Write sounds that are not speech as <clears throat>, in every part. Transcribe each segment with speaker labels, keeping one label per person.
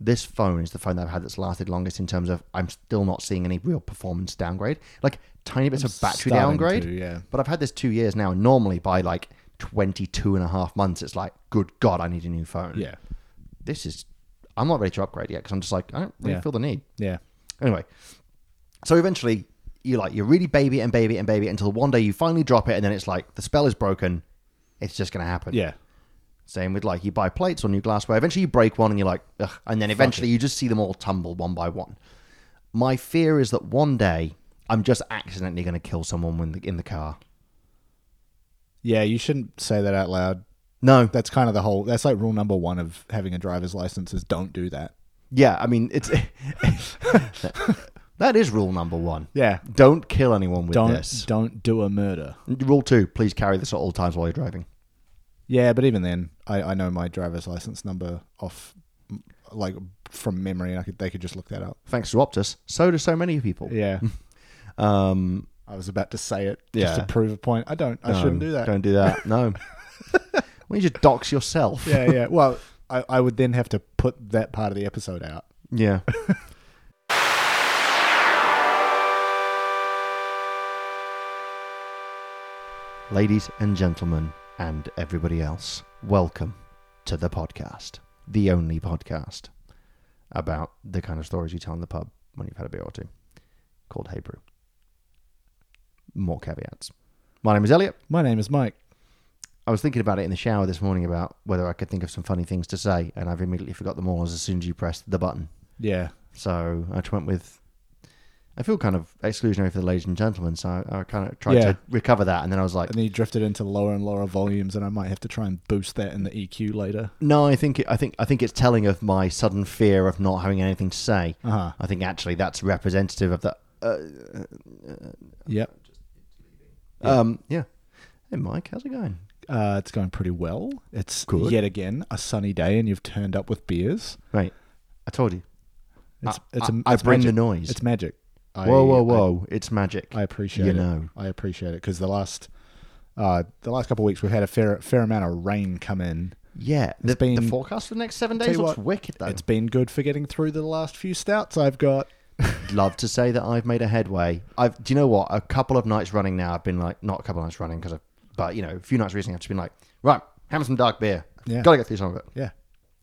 Speaker 1: this phone is the phone that I've had that's lasted longest in terms of I'm still not seeing any real performance downgrade. Like tiny bits of battery
Speaker 2: starting
Speaker 1: downgrade.
Speaker 2: to, yeah.
Speaker 1: But I've had this two years now, and normally by like 22 and a half months, it's like, good God, I need a new phone.
Speaker 2: Yeah.
Speaker 1: This is, I'm not ready to upgrade yet because I'm just like, I don't really
Speaker 2: Yeah.
Speaker 1: feel the need.
Speaker 2: Yeah.
Speaker 1: Anyway, so eventually you like you really baby it and baby it and baby it until one day you finally drop it, and then it's like the spell is broken. It's just going to happen.
Speaker 2: Yeah.
Speaker 1: Same with like you buy plates or new glassware. Eventually you break one and you're like, Ugh, and then eventually you just see them all tumble one by one. My fear is that one day I'm just accidentally going to kill someone in the, in the car.
Speaker 2: Yeah. You shouldn't say that out loud.
Speaker 1: No,
Speaker 2: That's kind of the whole. That's like rule number one of having a driver's license is don't do that.
Speaker 1: yeah, I mean it's <laughs> that is rule number one.
Speaker 2: Yeah.
Speaker 1: Don't kill anyone with
Speaker 2: Don't
Speaker 1: this.
Speaker 2: don't do a murder.
Speaker 1: Rule two: Please carry this at all times while you're driving.
Speaker 2: Yeah, but even then, I, I know my driver's license number off, m- like from memory, and I could they could just look that up.
Speaker 1: Thanks to Optus, so do so many people.
Speaker 2: <laughs> Yeah.
Speaker 1: Um,
Speaker 2: I was about to say it
Speaker 1: Yeah.
Speaker 2: just to prove a point. I don't. I shouldn't
Speaker 1: no,
Speaker 2: do that.
Speaker 1: Don't do that. No. when you just dox yourself.
Speaker 2: <laughs> Yeah, yeah. Well, I, I would then have to put that part of the episode out.
Speaker 1: Yeah. Ladies and gentlemen, and everybody else, welcome to the podcast. The only podcast about the kind of stories you tell in the pub when you've had a beer or two, called Hey Brew. More caveats. My name is Elliot.
Speaker 2: My name is Mike.
Speaker 1: I was thinking about it in the shower this morning about whether I could think of some funny things to say, and I've immediately forgot them all as soon as you pressed the button.
Speaker 2: Yeah.
Speaker 1: So I just went with. I feel kind of exclusionary for the ladies and gentlemen, so I, I kind of tried
Speaker 2: Yeah.
Speaker 1: to recover that, and then I was like,
Speaker 2: And then you drifted into lower and lower volumes, and I might have to try and boost that in the EQ later.
Speaker 1: "No, I think it, I think I think it's telling of my sudden fear of not having anything to say.
Speaker 2: Uh huh.
Speaker 1: I think actually that's representative of the. Uh,
Speaker 2: Yep.
Speaker 1: Um, yeah. Hey, Mike, how's it going?
Speaker 2: Uh, it's going pretty well. It's
Speaker 1: Good.
Speaker 2: yet again a sunny day, and you've turned up with beers.
Speaker 1: Right, I told you.
Speaker 2: It's
Speaker 1: I-
Speaker 2: it's, a
Speaker 1: I- I
Speaker 2: it's
Speaker 1: bring the
Speaker 2: magic.
Speaker 1: noise.
Speaker 2: It's magic. I-
Speaker 1: whoa, whoa, whoa! it's magic.
Speaker 2: I, I appreciate
Speaker 1: You
Speaker 2: it.
Speaker 1: know.
Speaker 2: I appreciate it because the last uh, the last couple of weeks we've had a fair fair amount of rain come in.
Speaker 1: yeah, the,
Speaker 2: been-
Speaker 1: the forecast for the next seven
Speaker 2: Tell
Speaker 1: days
Speaker 2: you
Speaker 1: looks
Speaker 2: what,
Speaker 1: wicked though.
Speaker 2: It's been good for getting through the last few stouts I've got.
Speaker 1: love to say that I've made a headway. I've, do you know what? A couple of nights running now, I've been like, not a couple of nights running because, but you know, a few nights recently, I've just been like, right, hammer some dark beer.
Speaker 2: Yeah.
Speaker 1: Got to get through some of it.
Speaker 2: Yeah.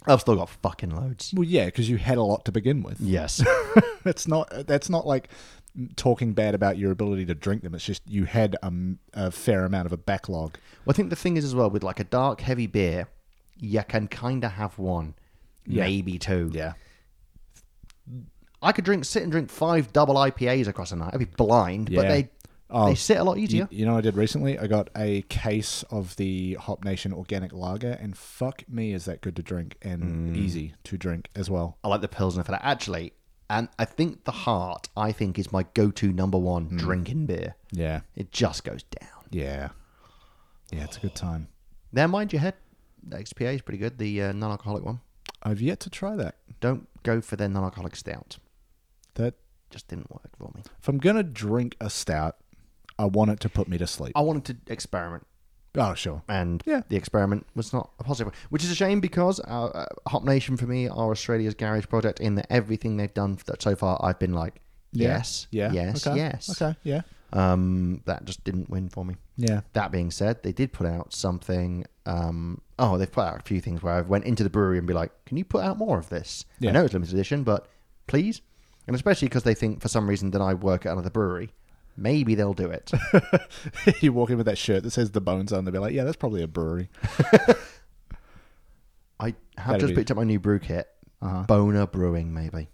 Speaker 1: I've still got fucking loads.
Speaker 2: Well, yeah, because you had a lot to begin
Speaker 1: <laughs>
Speaker 2: with.
Speaker 1: Yes.
Speaker 2: <laughs> That's not that's not like talking bad about your ability to drink them. It's just you had a, m- a fair amount of a backlog.
Speaker 1: Well, I think the thing is as well with like a dark heavy beer, you can kind of have one, maybe two. I could drink, sit and drink five double IPAs across a night. I'd be blind, but
Speaker 2: Yeah.
Speaker 1: they
Speaker 2: Oh.
Speaker 1: they sit a lot
Speaker 2: You,
Speaker 1: easier.
Speaker 2: you know what I did recently? I got a case of the Hop Nation Organic Lager, and fuck me, is that good to drink and easy to drink as well.
Speaker 1: I like the pilsner for that actually, and I think the heart I think is my go-to number one drinking beer.
Speaker 2: Yeah,
Speaker 1: It just goes down.
Speaker 2: yeah, yeah. It's a good time.
Speaker 1: Now, mind E your head, the XPA is pretty good, the uh, non alcoholic one.
Speaker 2: I've yet to try that.
Speaker 1: Don't go for their non alcoholic stout.
Speaker 2: That
Speaker 1: Just didn't work for me.
Speaker 2: if I'm gonna drink a stout, I want it to put me to sleep.
Speaker 1: I wanted to experiment,
Speaker 2: Oh, sure.
Speaker 1: and
Speaker 2: Yeah.
Speaker 1: the experiment was not a positive one, which is a shame because uh uh, Hop Nation for me are Australia's garage project in that everything they've done for that so far, I've been like,
Speaker 2: Yeah.
Speaker 1: yes,
Speaker 2: Yeah.
Speaker 1: yes,
Speaker 2: Okay.
Speaker 1: yes.
Speaker 2: Okay. Yeah.
Speaker 1: Um, that just didn't win for me.
Speaker 2: Yeah.
Speaker 1: That being said, they did put out something. Um, oh, they've put out a few things where I went into the brewery and be like, "Can you put out more of this?"
Speaker 2: Yeah.
Speaker 1: I know it's limited edition, but please. And especially because they think for some reason that I work at another brewery, maybe they'll do
Speaker 2: <laughs>
Speaker 1: it.
Speaker 2: you walk in with that shirt that says the bones on, they'll be like, yeah, that's probably a brewery.
Speaker 1: I have
Speaker 2: That'd
Speaker 1: just
Speaker 2: be-
Speaker 1: picked up my new brew kit,
Speaker 2: Uh-huh.
Speaker 1: Boner Brewing. Maybe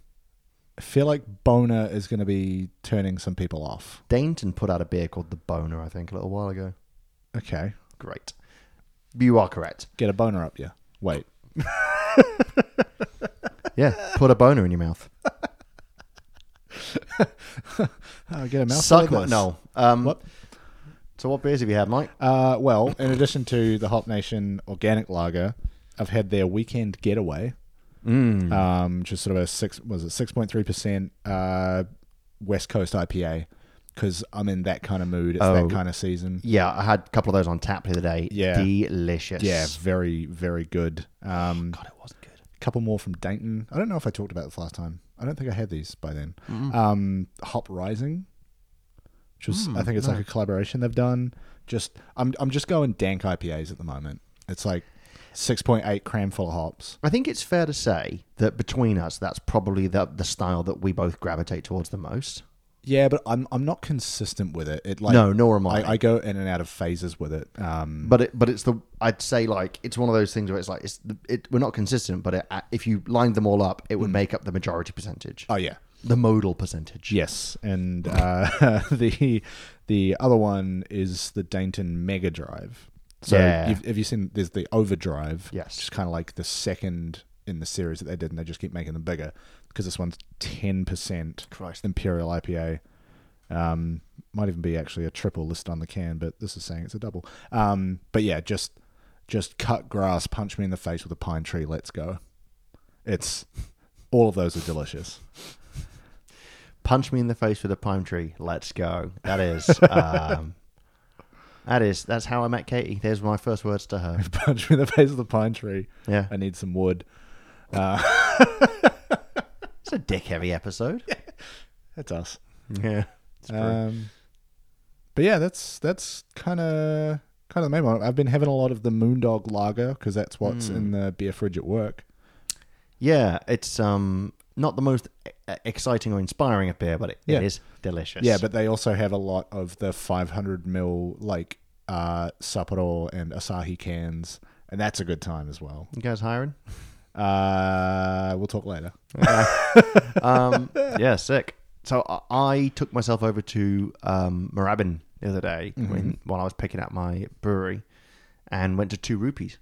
Speaker 2: I feel like Boner is going to be turning some people off.
Speaker 1: Dainton put out a beer called the Boner, I think, a little while ago.
Speaker 2: Okay.
Speaker 1: Great, you are
Speaker 2: <laughs>
Speaker 1: correct.
Speaker 2: Get a boner up you. Wait.
Speaker 1: Yeah, put a boner in your mouth.
Speaker 2: Oh, get a mouth.
Speaker 1: Suck
Speaker 2: full
Speaker 1: my
Speaker 2: of this.
Speaker 1: no. Um,
Speaker 2: What?
Speaker 1: So what beers have you had, Mike?
Speaker 2: Uh, well, in addition to the Hop Nation Organic Lager, I've had their weekend getaway,
Speaker 1: Mm.
Speaker 2: um, which is sort of a six was it six point three percent uh, West Coast IPA, because I'm in that kind of mood. It's
Speaker 1: Oh.
Speaker 2: that kind of season.
Speaker 1: Yeah, I had a couple of those on tap the other day.
Speaker 2: Yeah.
Speaker 1: Delicious.
Speaker 2: Yeah, very very good. Um,
Speaker 1: God, it was good.
Speaker 2: couple more from Dayton. I don't know if I talked about this last time. I don't think I had these by then.
Speaker 1: Mm.
Speaker 2: Um, Hop Rising, which was
Speaker 1: Mm,
Speaker 2: I think it's
Speaker 1: no.
Speaker 2: like a collaboration they've done. Just I'm I'm just going dank IPAs at the moment. It's like six point eight cram full of hops.
Speaker 1: I think it's fair to say that between us, that's probably the, the style that we both gravitate towards the most.
Speaker 2: Yeah, but I'm I'm not consistent with it. It like
Speaker 1: no, nor am I.
Speaker 2: I, I go in and out of phases with it. Um,
Speaker 1: but it, but it's the I'd say like it's one of those things where it's like it's the, it we're not consistent, but it, uh, if you lined them all up, it would make up the majority percentage,
Speaker 2: oh yeah,
Speaker 1: the modal percentage.
Speaker 2: Yes, and uh, <laughs> the the other one is the Dainton Mega Drive. So
Speaker 1: Yeah.
Speaker 2: you've, have you seen? There's the Overdrive.
Speaker 1: Yes.
Speaker 2: which is kind of like the second in the series that they did, and they just keep making them bigger because this one's ten percent
Speaker 1: Christ.
Speaker 2: Imperial IPA. Um, might even be actually a triple listed on the can, but this is saying it's a double. Um, but yeah, just just cut grass, punch me in the face with a pine tree. Let's go. It's all of those are delicious.
Speaker 1: Punch me in the face with a pine tree. Let's go. That is. Um, That is that's how I met Katie. There's my first words to
Speaker 2: <laughs>
Speaker 1: her.
Speaker 2: punch me in the face with a pine tree.
Speaker 1: Yeah,
Speaker 2: I need some wood.
Speaker 1: it's a dick heavy episode.
Speaker 2: That's us.
Speaker 1: Yeah, Uh, it's true.
Speaker 2: Um, but yeah, that's that's kind of kind of the main one. I've been having a lot of the Moondog Lager because that's what's in the beer fridge at work.
Speaker 1: yeah. It's um not the most e- exciting or inspiring of beer, but it,
Speaker 2: Yeah.
Speaker 1: it is delicious.
Speaker 2: Yeah, but they also have a lot of the 500 mil like uh, Sapporo and Asahi cans, and that's a good time as well.
Speaker 1: you guys hiring?
Speaker 2: Uh, we'll talk later.
Speaker 1: <laughs> um, yeah, sick. So I, I took myself over to um, Moorabbin the other day
Speaker 2: Mm-hmm.
Speaker 1: when, while I was picking up my brewery, and went to two rupees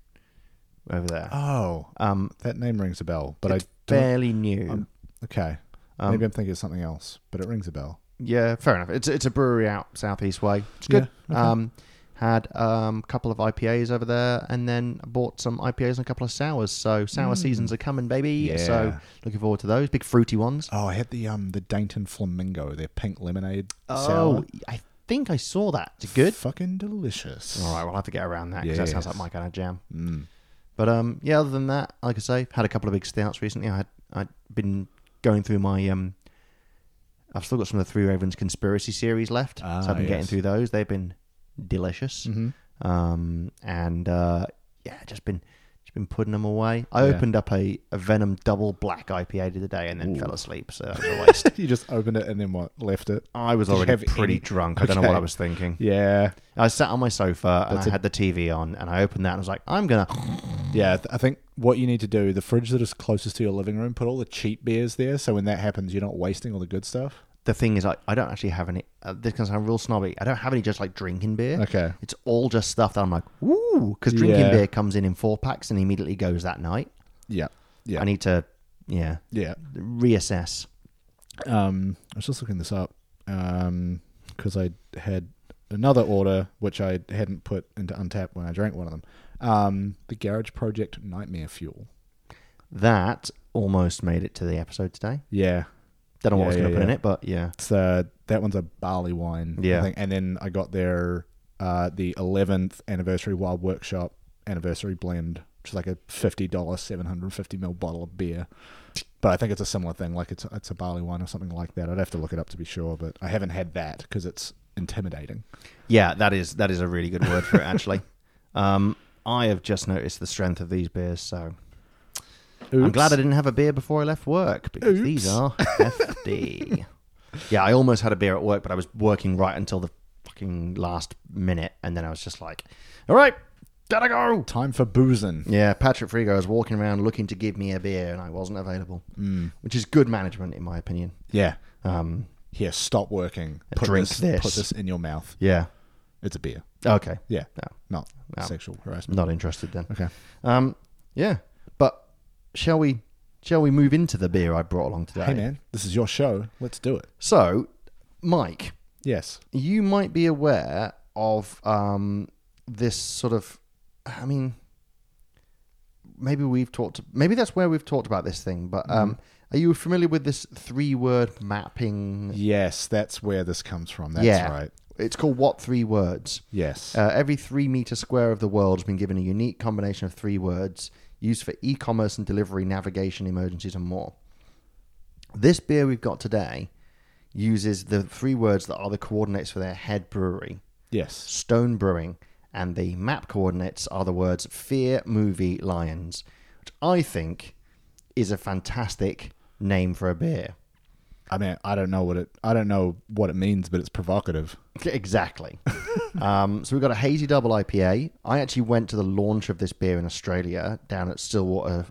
Speaker 1: over there.
Speaker 2: Oh,
Speaker 1: Um,
Speaker 2: that name rings a bell, but I don't.
Speaker 1: fairly new.
Speaker 2: um, Okay,
Speaker 1: Um,
Speaker 2: maybe I'm thinking of something else, but it rings a bell.
Speaker 1: yeah, fair enough. It's it's a brewery out southeast way. It's good.
Speaker 2: Yeah, okay.
Speaker 1: Um, had um, a couple of IPAs over there, and then bought some IPAs and a couple of sours. So
Speaker 2: Mm.
Speaker 1: sour seasons are coming, baby. So
Speaker 2: Yeah.
Speaker 1: looking forward to those big fruity ones.
Speaker 2: Oh, I had the um the Dainton Flamingo, their pink lemonade.
Speaker 1: Oh,
Speaker 2: sour.
Speaker 1: I think I saw that. It's good.
Speaker 2: Fucking delicious.
Speaker 1: All right, we'll have to get around that because that sounds like
Speaker 2: Yes.
Speaker 1: my kind of jam.
Speaker 2: <laughs> Mm.
Speaker 1: But um, yeah, other than that, like I say, had a couple of big stouts recently. I had I'd been going through my um, I've still got some of the Three Ravens conspiracy series left, so
Speaker 2: Ah,
Speaker 1: I've been getting
Speaker 2: yes. Mm-hmm.
Speaker 1: through those. They've been delicious. Um, and uh, yeah, just been just been putting them away. I
Speaker 2: Yeah.
Speaker 1: opened up a, a Venom double black IPA the day and then
Speaker 2: Ooh.
Speaker 1: fell asleep. So that was a
Speaker 2: <laughs>
Speaker 1: waste.
Speaker 2: you just opened it and then what? Left it.
Speaker 1: I was
Speaker 2: Did you
Speaker 1: already
Speaker 2: have
Speaker 1: pretty
Speaker 2: any-
Speaker 1: drunk. I don't know what
Speaker 2: Okay.
Speaker 1: I was thinking.
Speaker 2: Yeah,
Speaker 1: I sat on my sofa and
Speaker 2: That's
Speaker 1: I
Speaker 2: a-
Speaker 1: had the TV on, and I opened that and I was like, I'm gonna.
Speaker 2: yeah. th- I think what you need to do the fridge that is closest to your living room. Put all the cheap beers there, so when that happens, you're not wasting all the good stuff.
Speaker 1: the thing is, I, I don't actually have any. Uh, this can sound real snobby. I don't have any just like drinking beer.
Speaker 2: Okay.
Speaker 1: It's all just stuff that I'm like, ooh, because drinking
Speaker 2: Yeah.
Speaker 1: beer comes in in four packs and immediately goes that night.
Speaker 2: Yeah, yeah,
Speaker 1: I need to, yeah,
Speaker 2: yeah.
Speaker 1: reassess.
Speaker 2: Um, I was just looking this up because I had another order which I hadn't put into untap when I drank one of them. Um, the Garage Project Nightmare Fuel.
Speaker 1: That almost made it to the episode today.
Speaker 2: Yeah,
Speaker 1: Don't know what
Speaker 2: Yeah,
Speaker 1: I was going to
Speaker 2: yeah,
Speaker 1: put in
Speaker 2: yeah.
Speaker 1: it, but yeah.
Speaker 2: It's uh, that one's a barley wine. I
Speaker 1: Yeah.
Speaker 2: think. And then I got their uh, the eleventh anniversary Wild Workshop anniversary blend, which is like a fifty dollar, seven hundred and fifty ml bottle of beer. But I think it's a similar thing, like it's it's a barley wine or something like that. I'd have to look it up to be sure, but I haven't had that because it's intimidating.
Speaker 1: Yeah, that is that is a really good word for it, actually. <laughs> um, I have just noticed the strength of these beers, so I'm glad I didn't have a beer before I left work because these
Speaker 2: Oops.
Speaker 1: are
Speaker 2: <laughs>
Speaker 1: hefty. yeah, I almost had a beer at work, but I was working right until the fucking last minute, and then I was just like, "All right, gotta go."
Speaker 2: Time for boozing.
Speaker 1: Yeah, Patrick Frigo was walking around looking to give me a beer, and I wasn't available,
Speaker 2: Mm.
Speaker 1: which is good management in my opinion.
Speaker 2: Yeah.
Speaker 1: Um,
Speaker 2: Here, stop working. Put
Speaker 1: Drink
Speaker 2: this,
Speaker 1: this.
Speaker 2: Put this in your mouth.
Speaker 1: yeah.
Speaker 2: It's a beer.
Speaker 1: Okay.
Speaker 2: Yeah.
Speaker 1: No,
Speaker 2: Not
Speaker 1: No.
Speaker 2: sexual harassment.
Speaker 1: not interested then.
Speaker 2: Okay.
Speaker 1: Um, yeah, but shall we? Shall we move into the beer I brought along today?
Speaker 2: Hey, man, this is your show. Let's do it.
Speaker 1: So, Mike,
Speaker 2: Yes.
Speaker 1: you might be aware of um, this sort of i mean maybe we've talked maybe that's where we've talked about this thing but um,
Speaker 2: Mm-hmm.
Speaker 1: are you familiar with this three word mapping
Speaker 2: Yes, that's where this comes from. That's
Speaker 1: Yeah. Uh,
Speaker 2: right.
Speaker 1: it's called what three words
Speaker 2: Yes.
Speaker 1: uh, every three meter square of the world has been given a unique combination of three words used for e commerce and delivery, navigation, emergencies, and more. This beer we've got today uses the three words that are the coordinates for their head brewery
Speaker 2: Yes.
Speaker 1: Stone Brewing, and the map coordinates are the words Fear Movie Lions, which I think is a fantastic name for a beer. <laughs>
Speaker 2: I mean, I don't know what it. I don't know what it means, but it's provocative. <laughs>
Speaker 1: Exactly. um, so we've got a hazy double IPA. I actually went to the launch of this beer in Australia down at Stillwater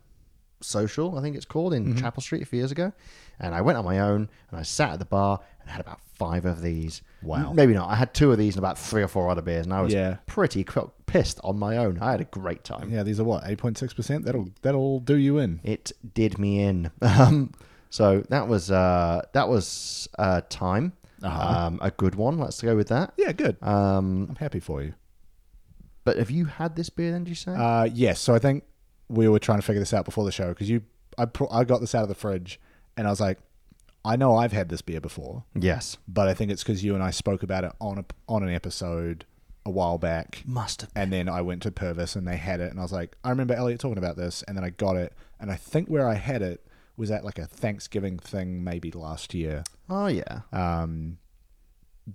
Speaker 1: Social, I think it's called,
Speaker 2: Mm-hmm.
Speaker 1: in Chapel Street a few years ago. And I went on my own and I sat at the bar and had about five of these.
Speaker 2: Wow.
Speaker 1: M- Maybe not. I had two of these and about three or four other beers, and I was
Speaker 2: Yeah.
Speaker 1: pretty qu- pissed on my own. I had a great time.
Speaker 2: Yeah, these are what eight point six percent. That'll that'll do you in.
Speaker 1: It did me in. <laughs> Um, so that was uh, that was uh, time.
Speaker 2: Uh-huh.
Speaker 1: Um, a good one. Let's go with that.
Speaker 2: Yeah, good.
Speaker 1: Um,
Speaker 2: I'm happy for you.
Speaker 1: But have you had this beer then, do you say?
Speaker 2: Uh, yes. So I think we were trying to figure this out before the show because you, I, pro- I got this out of the fridge, and I was like, I know I've had this beer before,
Speaker 1: yes.
Speaker 2: but I think it's because you and I spoke about it on a, on an episode a while back,
Speaker 1: Must have.
Speaker 2: and then I went to Purvis and they had it, and I was like, I remember Elliot talking about this, and then I got it, and I think where I had it was at like a Thanksgiving thing maybe last year.
Speaker 1: Oh, yeah.
Speaker 2: Um,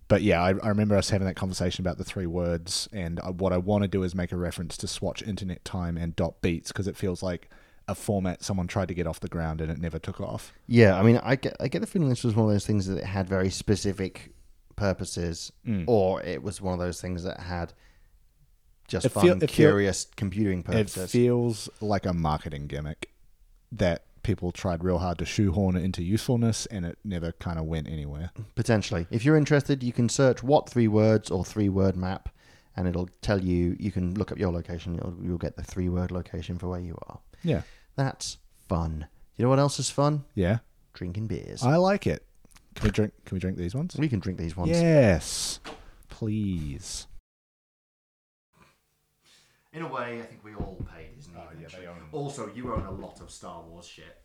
Speaker 2: but yeah, I, I remember us having that conversation about the three words, and I, what I want to do is make a reference to Swatch Internet Time and Dot Beats because it feels like a format someone tried to get off the ground and it never took off.
Speaker 1: Yeah, I mean, I get, I get the feeling this was one of those things that it had very specific purposes,
Speaker 2: Mm.
Speaker 1: or it was one of those things that had just
Speaker 2: It
Speaker 1: fun,
Speaker 2: feel- it feel-
Speaker 1: curious computing
Speaker 2: It
Speaker 1: purposes.
Speaker 2: feels like a marketing gimmick that people tried real hard to shoehorn it into usefulness, and it never kind of went anywhere.
Speaker 1: Potentially. If you're interested, you can search what three words or three word map, and it'll tell you, you can look up your location, you'll, you'll get the three word location for where you are.
Speaker 2: Yeah,
Speaker 1: That's fun. You know what else is fun?
Speaker 2: yeah,
Speaker 1: Drinking beers.
Speaker 2: I like it. Can we drink? Can we drink these ones?
Speaker 1: we can drink these ones.
Speaker 2: Yes, please.
Speaker 1: In a way, I think we all pay Disney.
Speaker 2: Oh, yeah, they
Speaker 1: eventually.
Speaker 2: own-
Speaker 1: Also, you own a lot of Star Wars shit.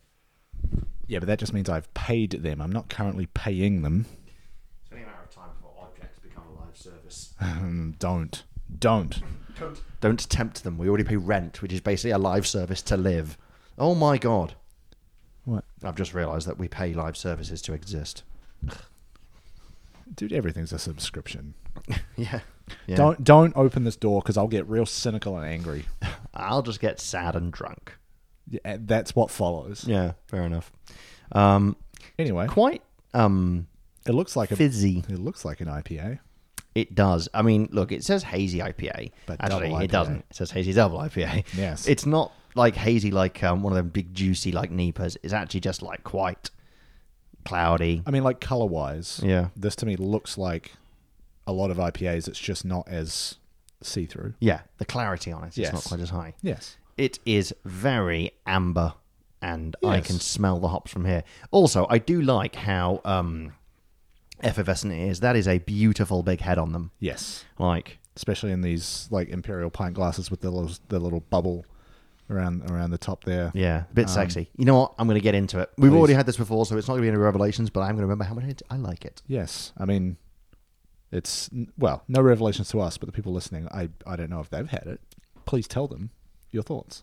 Speaker 2: Yeah, but that just means I've paid them. I'm not currently paying them.
Speaker 1: It's only a matter of time before objects become a live service.
Speaker 2: Um, don't. Don't.
Speaker 1: Don't, don't tempt them. We already pay rent, which is basically a live service to live. Oh my god.
Speaker 2: What?
Speaker 1: I've just realised that we pay live services to
Speaker 2: <laughs>
Speaker 1: exist.
Speaker 2: Dude, everything's a subscription.
Speaker 1: Yeah. yeah.
Speaker 2: Don't don't open this door because I'll get real cynical and angry.
Speaker 1: I'll just get sad and drunk.
Speaker 2: Yeah, That's what follows.
Speaker 1: Yeah, fair enough. Um,
Speaker 2: Anyway,
Speaker 1: quite um,
Speaker 2: it looks like a
Speaker 1: fizzy.
Speaker 2: it looks like an IPA.
Speaker 1: It does. I mean, look, it says hazy IPA.
Speaker 2: But
Speaker 1: Actually,
Speaker 2: double
Speaker 1: it
Speaker 2: IPA.
Speaker 1: doesn't. It says hazy double IPA.
Speaker 2: Yes.
Speaker 1: It's not like hazy, like um, one of them big juicy, like Nipas. It's actually just like quite cloudy.
Speaker 2: I mean, like color wise,
Speaker 1: Yeah.
Speaker 2: this to me looks like a lot of IPAs. It's just not as see through.
Speaker 1: Yeah. The clarity on it. It's not
Speaker 2: Yes.
Speaker 1: quite as high.
Speaker 2: Yes.
Speaker 1: It is very amber, and I
Speaker 2: Yes.
Speaker 1: can smell the hops from here. Also, I do like how um, effervescent it is. That is a beautiful big head on them.
Speaker 2: Yes.
Speaker 1: Like,
Speaker 2: Especially in these like imperial pint glasses with the little the little bubble around around the top there.
Speaker 1: Yeah, a bit sexy. You know what? I'm going to get into it. We've
Speaker 2: Please.
Speaker 1: already had this before, so it's not going to be any revelations, but I'm going to remember how much I- I like it.
Speaker 2: Yes, I mean, it's well, no revelations to us, but the people listening, I I don't know if they've had it. Please tell them your thoughts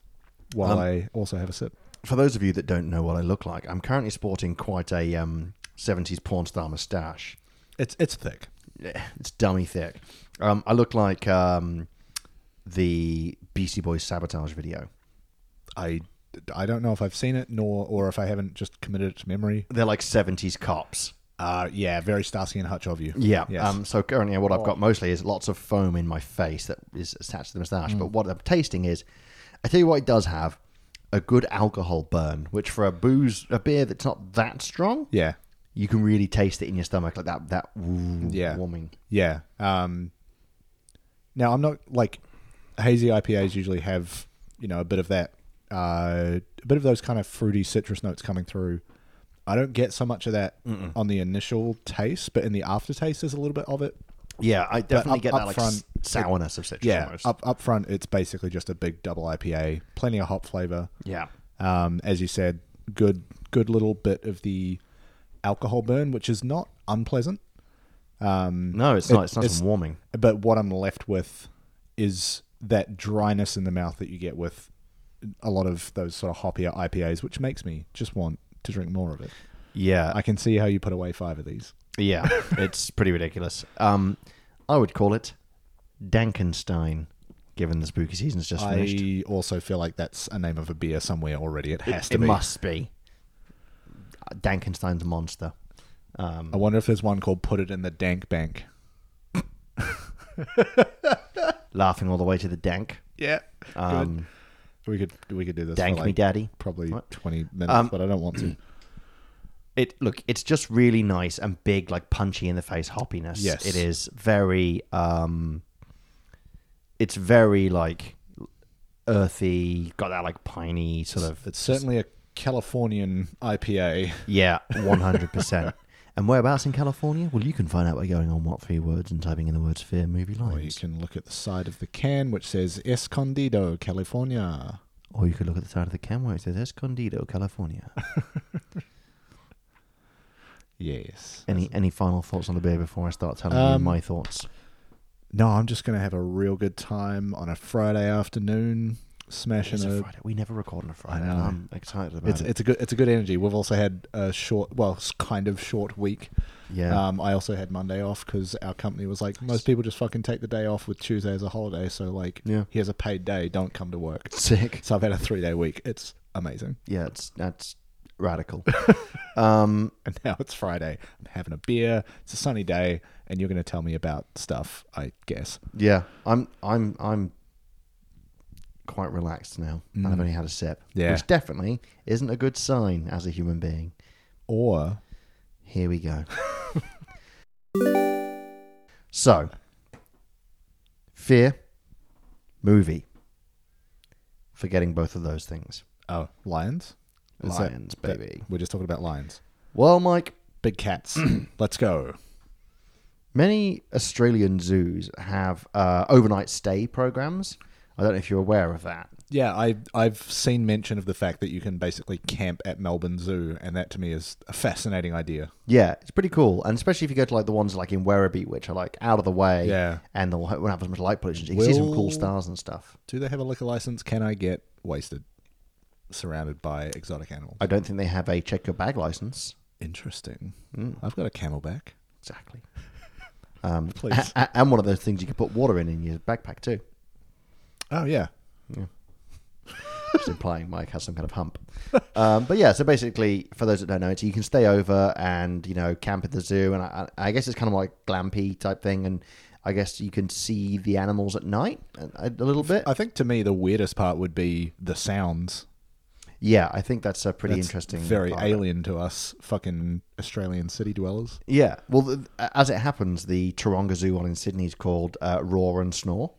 Speaker 2: while
Speaker 1: Um,
Speaker 2: I also have a sip.
Speaker 1: For those of you that don't know what I look like, I'm currently sporting quite a um, 70s porn star mustache. <sighs>
Speaker 2: It's it's thick.
Speaker 1: Eh, It's dummy thick. Um, I look like um, the Beastie Boys sabotage video.
Speaker 2: I I don't know if I've seen it nor or if I haven't just committed it to memory.
Speaker 1: They're like 70s cops.
Speaker 2: Uh yeah, very Starsky and Hutch of you.
Speaker 1: Yeah.
Speaker 2: Yes.
Speaker 1: Um, so currently, what I've got mostly is lots of foam in my face that is attached to the moustache. But what I'm tasting is, I tell you what, it does have a good alcohol burn, which for a booze, a beer that's not that strong,
Speaker 2: yeah.
Speaker 1: you can really taste it in your stomach like that. That ooh,
Speaker 2: Yeah.
Speaker 1: warming.
Speaker 2: Yeah. Um now I'm not like hazy IPAs usually have, you know, a bit of that uh a bit of those kind of fruity citrus notes coming through. I don't get so much of that on the initial taste, but in the aftertaste there's a little bit of it.
Speaker 1: Yeah, I definitely
Speaker 2: up-
Speaker 1: get
Speaker 2: up
Speaker 1: that like
Speaker 2: front,
Speaker 1: s- sourness of citrus.
Speaker 2: Yeah.
Speaker 1: almost.
Speaker 2: Up up front it's basically just a big double IPA, plenty of hop flavor.
Speaker 1: yeah,
Speaker 2: Um as you said, good good little bit of the alcohol burn, which is not unpleasant.
Speaker 1: no, it's not. Mm. It's nice
Speaker 2: it's-
Speaker 1: and warming.
Speaker 2: but what I'm left with is that dryness in the mouth that you get with a lot of those sort of hoppier IPAs, which makes me just want to drink more of it.
Speaker 1: Yeah,
Speaker 2: I can see how you put away five of these.
Speaker 1: <laughs> yeah, it's pretty ridiculous. Um, I would call it Dankenstein, given the spooky season's just finished.
Speaker 2: I also feel like that's a name of a beer somewhere already. It has to
Speaker 1: it
Speaker 2: be.
Speaker 1: must be Dankenstein's monster. Um,
Speaker 2: I wonder if there's one called "Put It in the Dank Bank."
Speaker 1: laughing all the way to the dank.
Speaker 2: Yeah,
Speaker 1: Um,
Speaker 2: we could we could do this.
Speaker 1: dank
Speaker 2: for
Speaker 1: me,
Speaker 2: like
Speaker 1: daddy.
Speaker 2: probably
Speaker 1: What?
Speaker 2: twenty minutes,
Speaker 1: Um,
Speaker 2: but I don't want
Speaker 1: <clears throat>
Speaker 2: to.
Speaker 1: It look, it's just really nice and big, like punchy in the face hoppiness.
Speaker 2: Yes.
Speaker 1: it is very. Um, it's very like earthy, got that like piney sort of.
Speaker 2: It's certainly a Californian IPA.
Speaker 1: Yeah, one hundred percent. <laughs> And whereabouts in California? Well, you can find out by going on what three words and typing in the words "fear movie
Speaker 2: Or you
Speaker 1: lines,"
Speaker 2: can look at the side of the can, which says Escondido, California.
Speaker 1: or you could look at the side of the can where it says "Escondido, California."
Speaker 2: Yes.
Speaker 1: Any any final thoughts on the beer before I start telling you
Speaker 2: Um,
Speaker 1: my thoughts?
Speaker 2: No, I'm just going to have a real good time on a Friday afternoon, smashing
Speaker 1: It's a
Speaker 2: a.
Speaker 1: Friday. We never record on a Friday.
Speaker 2: know.
Speaker 1: and I'm excited about
Speaker 2: It's
Speaker 1: it.
Speaker 2: it's a good it's a good energy. We've also had a short, well, s- kind of short week.
Speaker 1: yeah,
Speaker 2: Um, I also had Monday off because our company was like, most people just fucking take the day off with Tuesday as a holiday. So like,
Speaker 1: Yeah.
Speaker 2: here's a paid day. Don't come to work.
Speaker 1: sick.
Speaker 2: So I've had a three day week. It's amazing.
Speaker 1: Yeah, it's that's
Speaker 2: <laughs>
Speaker 1: radical. um,
Speaker 2: and now it's Friday. I'm having a beer. It's a sunny day, and you're going to tell me about stuff, I guess.
Speaker 1: yeah, I'm I'm I'm quite relaxed now, and I've only had a sip,
Speaker 2: Mm. Yeah.
Speaker 1: which definitely isn't a good sign as a human being.
Speaker 2: Or
Speaker 1: Here we
Speaker 2: <laughs>
Speaker 1: go. so, fear, movie. Forgetting both of those things.
Speaker 2: oh, lions. Is that-
Speaker 1: Lions,
Speaker 2: that-
Speaker 1: baby.
Speaker 2: we're just talking about lions.
Speaker 1: Well, Mike,
Speaker 2: Big cats. <clears throat> Let's go.
Speaker 1: many Australian zoos have uh, overnight stay programs. I don't know if you're aware of that.
Speaker 2: Yeah, I I've seen mention of the fact that you can basically camp at Melbourne Zoo, and that to me is a fascinating idea.
Speaker 1: Yeah, it's pretty cool, and especially if you go to like the ones like in Werribee, which are like out of the way,
Speaker 2: Yeah.
Speaker 1: and they'll won't have as much light pollution. You can see some cool
Speaker 2: Will-
Speaker 1: stars and stuff.
Speaker 2: Do they have a liquor license? Can I get wasted? Surrounded by exotic animals.
Speaker 1: I don't think they have a check your bag license.
Speaker 2: Interesting.
Speaker 1: Hmm.
Speaker 2: I've got
Speaker 1: <laughs>
Speaker 2: a camelback.
Speaker 1: Exactly. Um,
Speaker 2: Please.
Speaker 1: a- a- and one of those things you can put water in in your backpack too.
Speaker 2: Oh yeah.
Speaker 1: Just implying Mike has some kind of hump. <laughs> Um, but yeah, so basically, for those that don't know, it's you can stay over and you know camp at the zoo, and I, I I guess it's kind of like glampy type thing, and I guess you can see the animals at night a, a little bit.
Speaker 2: I think to me the weirdest part would be the sounds
Speaker 1: Yeah, I think that's a pretty
Speaker 2: That's
Speaker 1: interesting.
Speaker 2: Very
Speaker 1: part.
Speaker 2: alien to us, fucking Australian city dwellers.
Speaker 1: Yeah. Well, th- as it happens, the Taronga Zoo one in Sydney is called uh, Roar and Snore.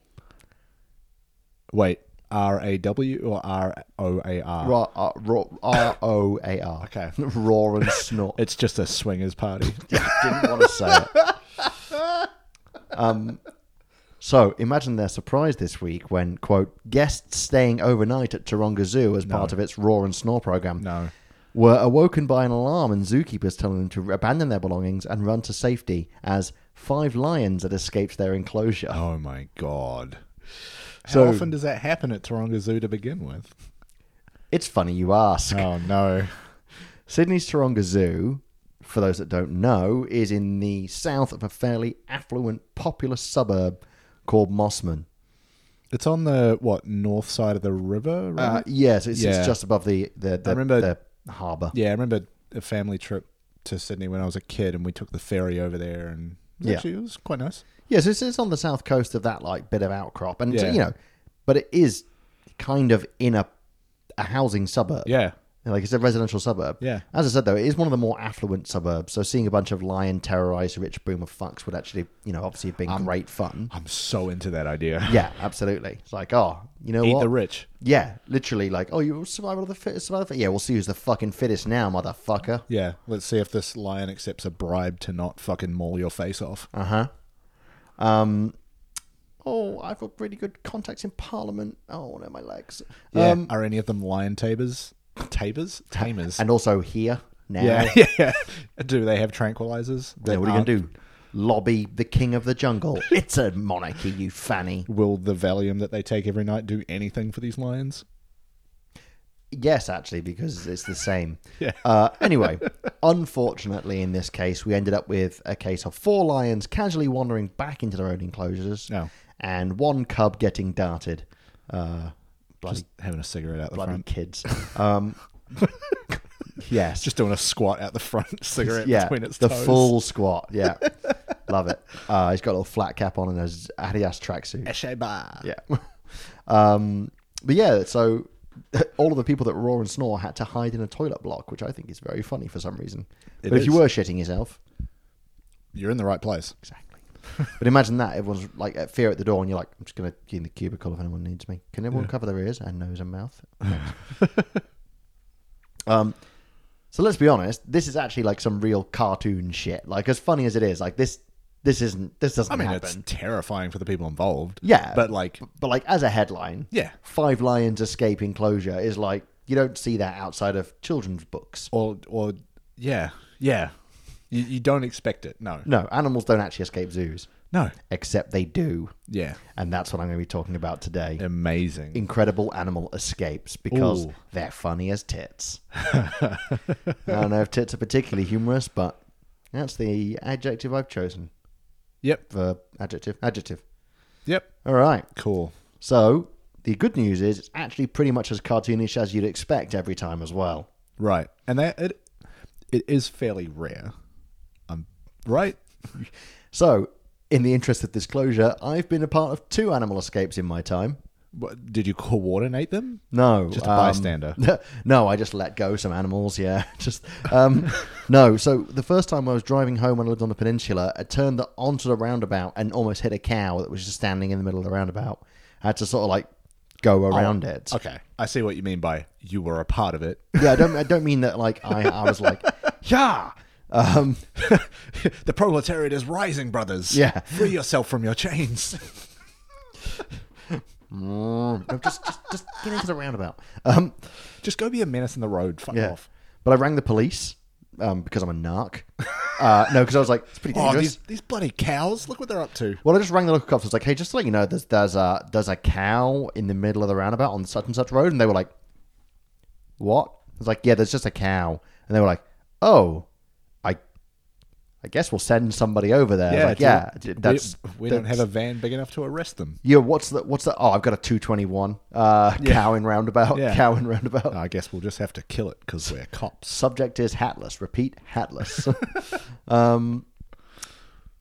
Speaker 2: Wait, R A W or R O A R?
Speaker 1: Ra- uh, ro- R O A R.
Speaker 2: Ah. Okay.
Speaker 1: <laughs> Roar and Snore.
Speaker 2: It's just a swingers
Speaker 1: <laughs>
Speaker 2: party.
Speaker 1: didn't want to say it. Um, so imagine their surprise this week when, quote, guests staying overnight at Taronga Zoo as part of its Roar and Snore program
Speaker 2: No.
Speaker 1: were awoken by an alarm and zookeepers telling them to abandon their belongings and run to safety as five lions had escaped their enclosure.
Speaker 2: Oh my god. How
Speaker 1: So-
Speaker 2: often does that happen at Taronga Zoo to begin with?
Speaker 1: It's funny you ask.
Speaker 2: Oh no.
Speaker 1: Sydney's Taronga Zoo, for those that don't know, is in the south of a fairly affluent, populous suburb called Mossman.
Speaker 2: It's on the what north side of the river, right?
Speaker 1: Uh, yes, it's,
Speaker 2: Yeah.
Speaker 1: it's just above the the, the,
Speaker 2: remember-
Speaker 1: the harbour.
Speaker 2: yeah, I remember a family trip to Sydney when I was a kid, and we took the ferry over there, and
Speaker 1: Yeah.
Speaker 2: actually it was quite nice.
Speaker 1: Yes, it's, it's on the south coast of that like bit of outcrop, and so,
Speaker 2: Yeah.
Speaker 1: you know, but it is kind of in a a housing suburb.
Speaker 2: Yeah,
Speaker 1: Like it's a residential suburb.
Speaker 2: Yeah.
Speaker 1: As I said though, it is one of the more affluent suburbs. So seeing a bunch of lion terrorized rich boomer fucks would actually, you know, obviously have been
Speaker 2: Um,
Speaker 1: great fun.
Speaker 2: I'm so into that idea.
Speaker 1: Yeah, absolutely. It's like, oh, you know
Speaker 2: <laughs> Eat
Speaker 1: what?
Speaker 2: the rich.
Speaker 1: yeah, literally, like, oh, you're survival of the fittest, survival of the fittest. Yeah, we'll see who's the fucking fittest now, motherfucker.
Speaker 2: Yeah, let's see if this lion accepts a bribe to not fucking maul your face off.
Speaker 1: Uh huh. Um. Oh, I've got really good contacts in Parliament. Oh no, my legs. Um,
Speaker 2: Are any of them lion tabers? Tabers? Tamers?
Speaker 1: <laughs> and also here now.
Speaker 2: yeah, yeah, <laughs> yeah. Do they have tranquilizers?
Speaker 1: Yeah, what are you gonna do? Lobby the king of the <laughs> jungle. it's a monarchy, you fanny.
Speaker 2: Will the Valium that they take every night do anything for these lions?
Speaker 1: Yes, actually, because it's the <laughs> same.
Speaker 2: Yeah.
Speaker 1: Uh, anyway, unfortunately, in this case, we ended up with a case of four lions casually wandering back into their own enclosures,
Speaker 2: No.
Speaker 1: and one cub getting darted. Uh, bloody
Speaker 2: Just having a cigarette out the
Speaker 1: bloody
Speaker 2: front.
Speaker 1: kids.
Speaker 2: <laughs>
Speaker 1: Um, yes,
Speaker 2: Just doing a squat out the front, <laughs> cigarette
Speaker 1: yeah,
Speaker 2: between its
Speaker 1: the
Speaker 2: toes.
Speaker 1: full squat.
Speaker 2: <laughs>
Speaker 1: Yeah, love it. Uh, he's got a little flat cap on and a z- Adidas tracksuit.
Speaker 2: Esheba.
Speaker 1: Yeah. <laughs> um, but yeah, so <laughs> all of the people that roar and snore had to hide in a toilet block, which I think is very funny for some reason.
Speaker 2: It
Speaker 1: but if you
Speaker 2: is.
Speaker 1: were shitting yourself,
Speaker 2: You're in the right place. <laughs>
Speaker 1: exactly. but imagine that everyone's like at fear at the door, and you're like, I'm just going to get in the cubicle if anyone needs me. Can everyone cover their ears and nose and
Speaker 2: <laughs>
Speaker 1: mouth? Thanks. um. So let's be honest. This is actually like some real cartoon shit. Like as funny as it is, like this, this isn't. This doesn't
Speaker 2: I mean,
Speaker 1: happen.
Speaker 2: it's terrifying for the people involved.
Speaker 1: Yeah.
Speaker 2: But, like,
Speaker 1: But like as a headline,
Speaker 2: yeah.
Speaker 1: five lions escape enclosure is like you don't see that outside of children's books.
Speaker 2: Or, or yeah. Yeah. You, you don't expect it. No.
Speaker 1: No, animals don't actually escape zoos,
Speaker 2: No.
Speaker 1: except they do,
Speaker 2: Yeah.
Speaker 1: and that's what I'm going to be talking about today.
Speaker 2: Amazing.
Speaker 1: Incredible animal escapes because
Speaker 2: Ooh.
Speaker 1: they're funny as tits. I don't know if tits are particularly humorous, but that's the adjective I've chosen.
Speaker 2: Yep.
Speaker 1: Verb, adjective, adjective.
Speaker 2: Yep.
Speaker 1: All right.
Speaker 2: Cool.
Speaker 1: So the good news is it's actually pretty much as cartoonish as you'd expect every time as well.
Speaker 2: Right. And that it it is fairly rare. I'm right.
Speaker 1: So, in the interest of disclosure, I've been a part of two animal escapes in my time.
Speaker 2: What, did you coordinate them?
Speaker 1: No,
Speaker 2: Just a
Speaker 1: um, <laughs>
Speaker 2: bystander.
Speaker 1: No, I just let go some animals. Yeah, <laughs> just um, no. So the first time I was driving home when I lived on the peninsula, I turned the, onto the roundabout and almost hit a cow that was just standing in the middle of the roundabout. I had to sort of like go around it.
Speaker 2: Okay. I see what you mean by you were a part of it.
Speaker 1: Yeah, I don't. I don't mean that. Like I, I was <laughs> like, <laughs> yeah. Um,
Speaker 2: <laughs> the proletariat is rising, brothers.
Speaker 1: Yeah.
Speaker 2: Free yourself from your chains. <laughs>
Speaker 1: mm, no, just, just, just get into the roundabout. Um,
Speaker 2: Just go be a menace in the road. Fuck
Speaker 1: Yeah.
Speaker 2: off.
Speaker 1: But I rang the police um, because I'm a narc. Uh, no, because I was like, it's pretty
Speaker 2: Oh,
Speaker 1: dangerous.
Speaker 2: these, these bloody cows. Look what they're up to.
Speaker 1: Well, I just rang the local cops. I was like, hey, just to let you know, there's there's a there's a cow in the middle of the roundabout on such and such road, and they were like, what? I was like, yeah, there's just a cow, and they were like, oh, I, I guess we'll send somebody over there. I was like,
Speaker 2: do-
Speaker 1: yeah,
Speaker 2: we-
Speaker 1: that's
Speaker 2: we, don't
Speaker 1: that's-
Speaker 2: have a van big enough to arrest them.
Speaker 1: yeah, what's the what's the? Oh, I've got a two twenty one uh, cow in roundabout.
Speaker 2: Yeah. Oh,
Speaker 1: Cow in roundabout.
Speaker 2: I guess we'll just have to kill it because we're cops.
Speaker 1: Subject is hatless. Repeat, hatless. <laughs> um,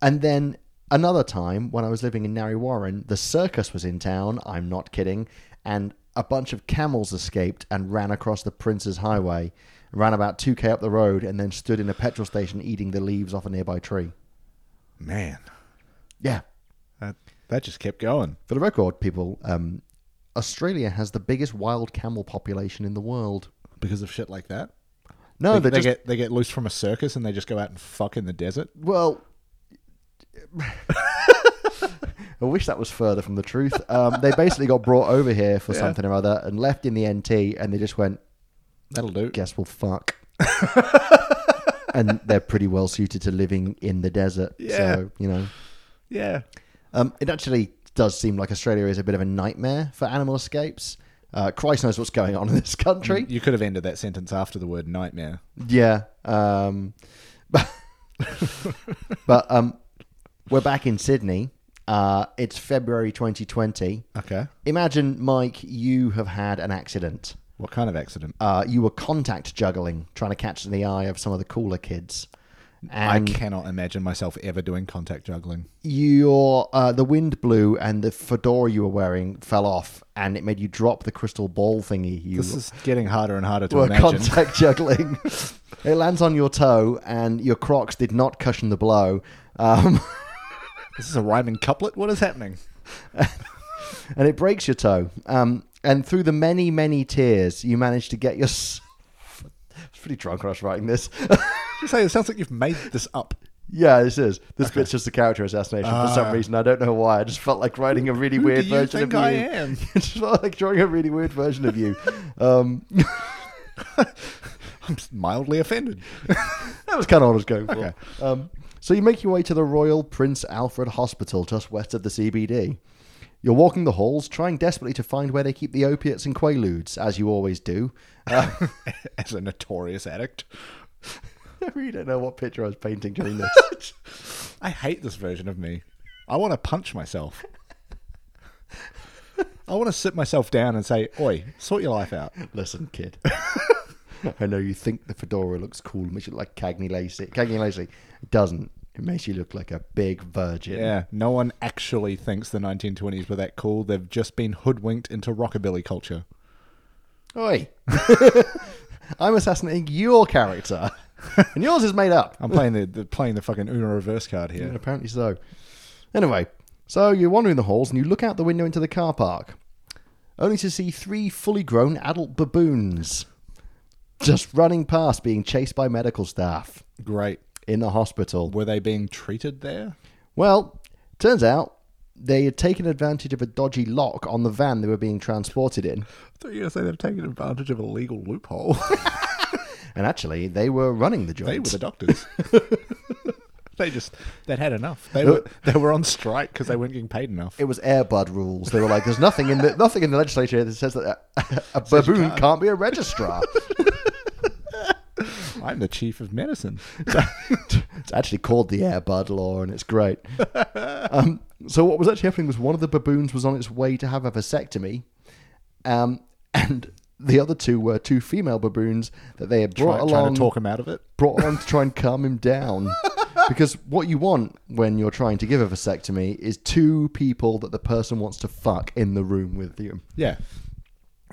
Speaker 1: and then another time when I was living in Narry Warren, the circus was in town. I'm not kidding. And a bunch of camels escaped and ran across the Prince's Highway, ran about 2k up the road, and then stood in a petrol station eating the leaves off a nearby tree.
Speaker 2: Man,
Speaker 1: Yeah.
Speaker 2: that that just kept going.
Speaker 1: For the record, people, um, Australia has the biggest wild camel population in the world.
Speaker 2: because of shit like that.
Speaker 1: No,
Speaker 2: they,
Speaker 1: they're
Speaker 2: they
Speaker 1: just
Speaker 2: get they get loose from a circus and they just go out and fuck in the desert.
Speaker 1: Well, I wish that was further from the truth. Um, they basically got brought over here for
Speaker 2: Yeah.
Speaker 1: something or other and left in the NT, and they just went,
Speaker 2: That'll do.
Speaker 1: "Guess we'll
Speaker 2: <laughs>
Speaker 1: fuck." and they're pretty well suited to living in the desert.
Speaker 2: Yeah.
Speaker 1: So you know,
Speaker 2: Yeah,
Speaker 1: um, it actually does seem like Australia is a bit of a nightmare for animal escapes. Uh, Christ knows what's going on in this country.
Speaker 2: you could have ended that sentence after the word nightmare.
Speaker 1: Yeah. Um, but <laughs> but um, we're back in Sydney. Uh, it's February 2020.
Speaker 2: Okay,
Speaker 1: Imagine, Mike, you have had an accident.
Speaker 2: what kind of accident?
Speaker 1: Uh, you were contact juggling, trying to catch the eye of some of the cooler kids.
Speaker 2: I
Speaker 1: And
Speaker 2: cannot imagine myself ever doing contact juggling.
Speaker 1: your uh, the wind blew, and the fedora you were wearing fell off, and it made you drop the crystal ball thingy. You
Speaker 2: This is getting harder and harder to
Speaker 1: were <laughs>
Speaker 2: imagine.
Speaker 1: contact juggling. it lands on your toe, and your Crocs did not cushion the blow. Um, <laughs>
Speaker 2: this is a rhyming couplet. What is happening?
Speaker 1: and it breaks your toe. Um, and through the many, many tears, you manage to get your. s- <laughs> I was pretty drunk when I was writing this. <laughs>
Speaker 2: You say it sounds like you've made this up. <laughs>
Speaker 1: yeah, this is. This bit's just a character assassination for some
Speaker 2: Ah.
Speaker 1: reason. I don't know why. I just felt like writing a really weird
Speaker 2: do you
Speaker 1: version
Speaker 2: think
Speaker 1: of you.
Speaker 2: I am?
Speaker 1: <laughs> I just felt like drawing a really weird version of you. Um,
Speaker 2: I'm
Speaker 1: <laughs>
Speaker 2: mildly offended.
Speaker 1: That was kind of what I was going for.
Speaker 2: Okay.
Speaker 1: Um, so you make your way to the Royal Prince Alfred Hospital just west of the CBD. You're walking the halls, trying desperately to find where they keep the opiates and quaaludes, as you always do. Uh,
Speaker 2: Uh, <laughs> as a notorious addict.
Speaker 1: <laughs> I really don't know what picture I was painting during this.
Speaker 2: <laughs> I hate this version of me. I want to punch myself. I want to sit myself down and say, "Oi, sort your life out."
Speaker 1: Listen, kid. <laughs> I know you think the fedora looks cool, makes you look like Cagney Lacey. Cagney Lacey it doesn't. It makes you look like a big virgin.
Speaker 2: Yeah, no one actually thinks the 1920s were that cool. They've just been hoodwinked into rockabilly culture.
Speaker 1: Oi! <laughs> I'm assassinating your
Speaker 2: <laughs>
Speaker 1: character, and yours is made up.
Speaker 2: I'm playing the, the playing the fucking Uno reverse card
Speaker 1: And
Speaker 2: here.
Speaker 1: apparently so. Anyway, so you're wandering the halls and you look out the window into the car park, only to see three fully grown adult baboons just running past, being chased by medical staff
Speaker 2: Great.
Speaker 1: in the hospital.
Speaker 2: Were they being treated there?
Speaker 1: Well, turns out they had taken advantage of a dodgy lock on the van they were being transported in,
Speaker 2: I thought you were going to say they've taken advantage of a legal loophole.
Speaker 1: and actually they were running the joint.
Speaker 2: <laughs> they were the <laughs> doctors. they just they'd had enough. They were they were on strike because they weren't getting paid enough.
Speaker 1: it was airbud rules. They were like, "There's nothing in the nothing in the legislature that says that a, <laughs> a baboon can't. be a registrar."
Speaker 2: I'm the chief of <laughs> medicine.
Speaker 1: it's actually called the airbud law, and it's great.
Speaker 2: <laughs>
Speaker 1: Um, so what was actually happening was one of the baboons was on its way to have a vasectomy, um, <laughs> and the other two were two female baboons that they had brought
Speaker 2: Try,
Speaker 1: along.
Speaker 2: trying to talk him out of it.
Speaker 1: brought on to try
Speaker 2: <laughs>
Speaker 1: and calm him down. because what you want when you're trying to give a vasectomy is two people that the person wants to fuck in the room with you.
Speaker 2: Yeah,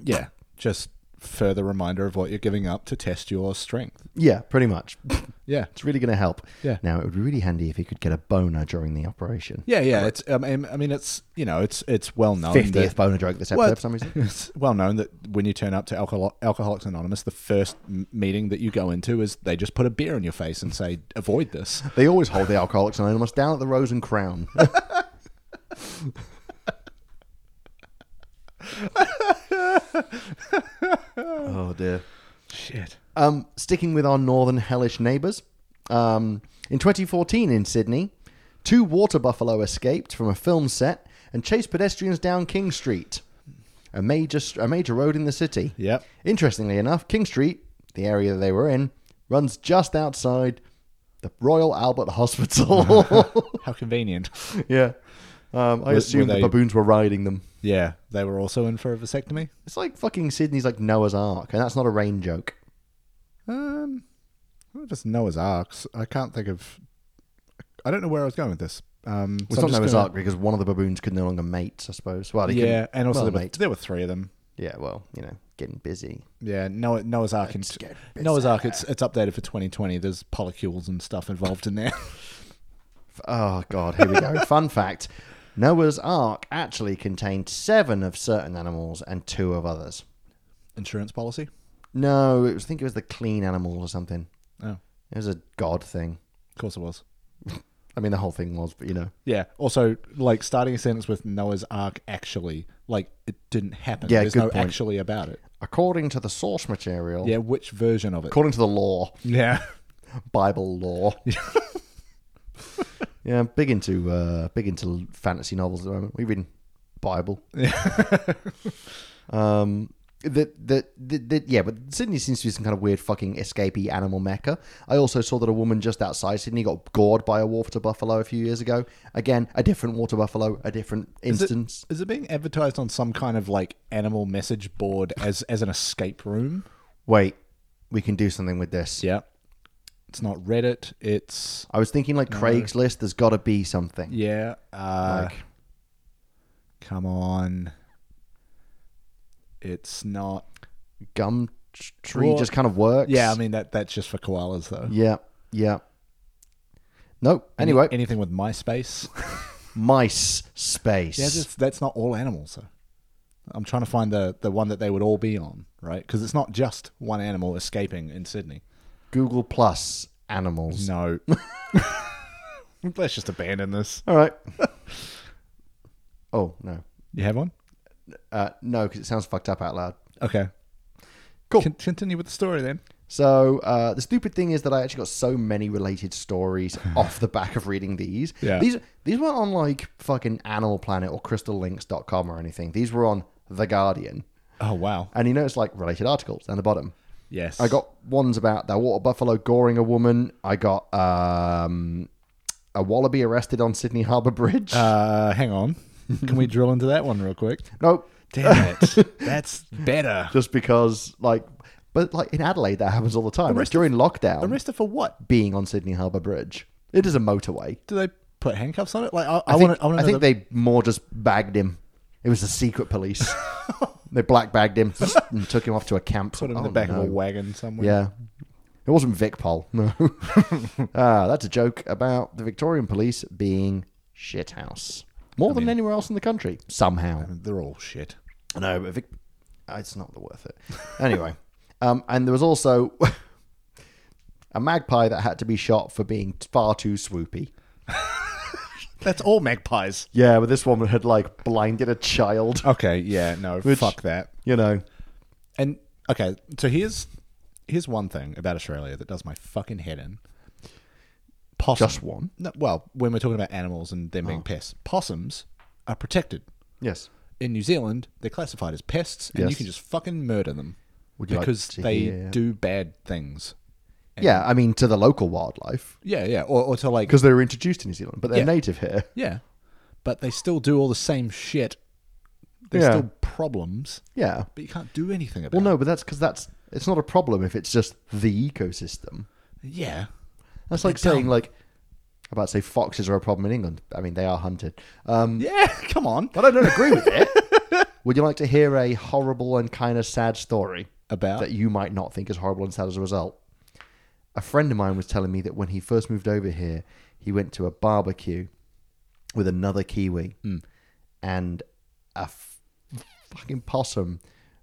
Speaker 2: yeah. Just further reminder of what you're giving up to test your strength.
Speaker 1: Yeah, pretty much.
Speaker 2: Yeah,
Speaker 1: It's really going to help.
Speaker 2: Yeah.
Speaker 1: Now, it would be really handy if he could get a boner during the operation.
Speaker 2: yeah, yeah. It's um, um, I mean, it's you know, it's it's well known.
Speaker 1: 50th
Speaker 2: that-
Speaker 1: boner joke this episode
Speaker 2: Well,
Speaker 1: for some reason.
Speaker 2: <laughs> It's well known that when you turn up to Alcohol- Alcoholics Anonymous, the first m- meeting that you go into is they just put a beer in your face and say, "Avoid this."
Speaker 1: They always hold the Alcoholics Anonymous down at the Rose and Crown. oh, dear.
Speaker 2: <laughs> Shit.
Speaker 1: Um, sticking with our northern hellish neighbours, um, in 2014 in Sydney, two water buffalo escaped from a film set and chased pedestrians down King Street, a major a major road in the city.
Speaker 2: Yep.
Speaker 1: Interestingly enough, King Street, the area they were in, runs just outside the Royal Albert <laughs> Hospital.
Speaker 2: How <laughs> convenient.
Speaker 1: <laughs> yeah. Um, I
Speaker 2: were
Speaker 1: assume
Speaker 2: they-
Speaker 1: the baboons were riding them.
Speaker 2: Yeah, they were also in for a vasectomy.
Speaker 1: It's like fucking Sydney's like Noah's Ark, and that's not a rain joke.
Speaker 2: Um, well, just Noah's Arks. I can't think of. I don't know where I was going with this. Um,
Speaker 1: It's
Speaker 2: so I'm
Speaker 1: not
Speaker 2: just
Speaker 1: Noah's
Speaker 2: gonna-
Speaker 1: Ark because one of the baboons could no longer mate, I suppose. Well, they couldn't-
Speaker 2: Yeah, and also
Speaker 1: well,
Speaker 2: there, were,
Speaker 1: mate.
Speaker 2: there were three of them.
Speaker 1: Yeah, well, you know, getting busy.
Speaker 2: Yeah, Noah, Noah's Ark. And,
Speaker 1: Let's get
Speaker 2: Noah's Ark. It's it's updated for 2020. There's polycules and stuff involved in there. <laughs>
Speaker 1: F- Oh God, here we <laughs> go. Fun fact: Noah's Ark actually contained seven of certain animals and two of others.
Speaker 2: Insurance policy.
Speaker 1: No, it was, I think it was the clean animal or something.
Speaker 2: Oh, of
Speaker 1: It was a god thing.
Speaker 2: course it was.
Speaker 1: I mean, the whole thing was, but you know,
Speaker 2: Yeah. Also, like starting a sentence with Noah's Ark actually, like it didn't happen.
Speaker 1: Yeah,
Speaker 2: There's
Speaker 1: good
Speaker 2: no
Speaker 1: point.
Speaker 2: actually about it.
Speaker 1: according to the source material,
Speaker 2: Yeah, which version of it?
Speaker 1: according to the law,
Speaker 2: Yeah. <laughs>
Speaker 1: Bible law. yeah, I'm big into uh, big into fantasy novels at the moment. We've been
Speaker 2: <laughs>
Speaker 1: Bible. um, the, the, the, the, yeah, but Sydney seems to be some kind of weird fucking escapee animal mecca. I also saw that a woman just outside Sydney got gored by a water buffalo a few years ago. Again, a different water buffalo, a different
Speaker 2: it-
Speaker 1: instance.
Speaker 2: Is it being advertised on some kind of like animal message board as as an escape room?
Speaker 1: Wait, we can do something with this.
Speaker 2: Yeah. It's not Reddit. It's
Speaker 1: I was thinking like Craigslist. There's got to be something.
Speaker 2: yeah. Uh,
Speaker 1: Like-
Speaker 2: come on. It's not.
Speaker 1: Gum t- tree
Speaker 2: Well,
Speaker 1: just kind of works.
Speaker 2: Yeah, I mean that that's just for koalas though.
Speaker 1: Yeah, yeah. Nope. Anyway,
Speaker 2: anything with <laughs> MySpace.
Speaker 1: mice space.
Speaker 2: Yeah, that's, that's not all animals. Though. I'm trying to find the, the one that they would all be on, right? Because it's not just one animal escaping in Sydney.
Speaker 1: Google Plus animals.
Speaker 2: <laughs> No. Let's just abandon this.
Speaker 1: All right. <laughs> oh no,
Speaker 2: You have one?
Speaker 1: uh, no, because it sounds fucked up out loud.
Speaker 2: Okay.
Speaker 1: Cool.
Speaker 2: Con- continue with the story then.
Speaker 1: So uh, the stupid thing is that I actually got so many related
Speaker 2: <laughs>
Speaker 1: stories off the back of reading these.
Speaker 2: Yeah.
Speaker 1: These these weren't on like fucking Animal Planet or CrystalLinks.com or anything. These were on The Guardian.
Speaker 2: Oh wow.
Speaker 1: And you notice like related articles down the bottom.
Speaker 2: Yes.
Speaker 1: I got ones about the water buffalo goring a woman. I got um, a wallaby arrested on Sydney Harbour Bridge.
Speaker 2: Uh, hang on. Can <laughs> we drill into that one real quick?
Speaker 1: nope.
Speaker 2: Damn <laughs> it. That's better.
Speaker 1: Just because, like, but like in Adelaide, that happens all the time. It's during lockdown,
Speaker 2: Arrested for what?
Speaker 1: being on Sydney Harbour Bridge. It is a motorway.
Speaker 2: Do they put handcuffs on it? Like I, I,
Speaker 1: I
Speaker 2: want
Speaker 1: think,
Speaker 2: to. I want
Speaker 1: I
Speaker 2: to know.
Speaker 1: think
Speaker 2: the-
Speaker 1: they more just bagged him. It was the secret
Speaker 2: <laughs>
Speaker 1: police. they black bagged him and took him off to a camp.
Speaker 2: put them in
Speaker 1: Oh,
Speaker 2: the back
Speaker 1: no.
Speaker 2: of a wagon somewhere.
Speaker 1: Yeah. It wasn't Vic Pol. <laughs> No. ah, that's a joke about the Victorian police being shithouse. More than anywhere else in the country, somehow.
Speaker 2: They're all shit.
Speaker 1: No, but Vic, uh, it's not the worth <laughs> it. Anyway, um, and there was also <laughs> a magpie that had to be shot for being far too swoopy.
Speaker 2: That's all magpies.
Speaker 1: Yeah, but this woman had like blinded a child. <laughs>
Speaker 2: Okay. Yeah. No. fuck that.
Speaker 1: You know,
Speaker 2: And okay. So here's here's one thing about Australia that does my fucking head in. Possum.
Speaker 1: just one. Oh.
Speaker 2: no, well, when we're talking about animals and them being pests, possums are protected.
Speaker 1: Yes.
Speaker 2: In New Zealand, they're classified as pests, and you
Speaker 1: Yes.
Speaker 2: can just fucking murder them
Speaker 1: Would you like
Speaker 2: because
Speaker 1: to
Speaker 2: they
Speaker 1: hear-
Speaker 2: do bad things.
Speaker 1: Yeah, I mean to the local wildlife
Speaker 2: Yeah, yeah, or, or to like
Speaker 1: because they were introduced in New Zealand, but they're
Speaker 2: Yeah.
Speaker 1: native here.
Speaker 2: Yeah. But they still do all the same shit. There's
Speaker 1: Yeah.
Speaker 2: still problems,
Speaker 1: Yeah.
Speaker 2: but you can't do anything about
Speaker 1: Well, no, but that's because that's it's not a problem if it's just the ecosystem.
Speaker 2: it. Yeah.
Speaker 1: That's like
Speaker 2: they're
Speaker 1: saying like about say foxes are a problem in England. I mean, they are hunted. Um,
Speaker 2: Yeah, <laughs> come on.
Speaker 1: but I don't agree with it. <laughs> Would you like to hear a horrible and kind of sad story
Speaker 2: About?
Speaker 1: that you might not think is horrible and sad as a result? A friend of mine was telling me that when he first moved over here, he went to a barbecue with another Kiwi,
Speaker 2: Hmm.
Speaker 1: and a f- fucking possum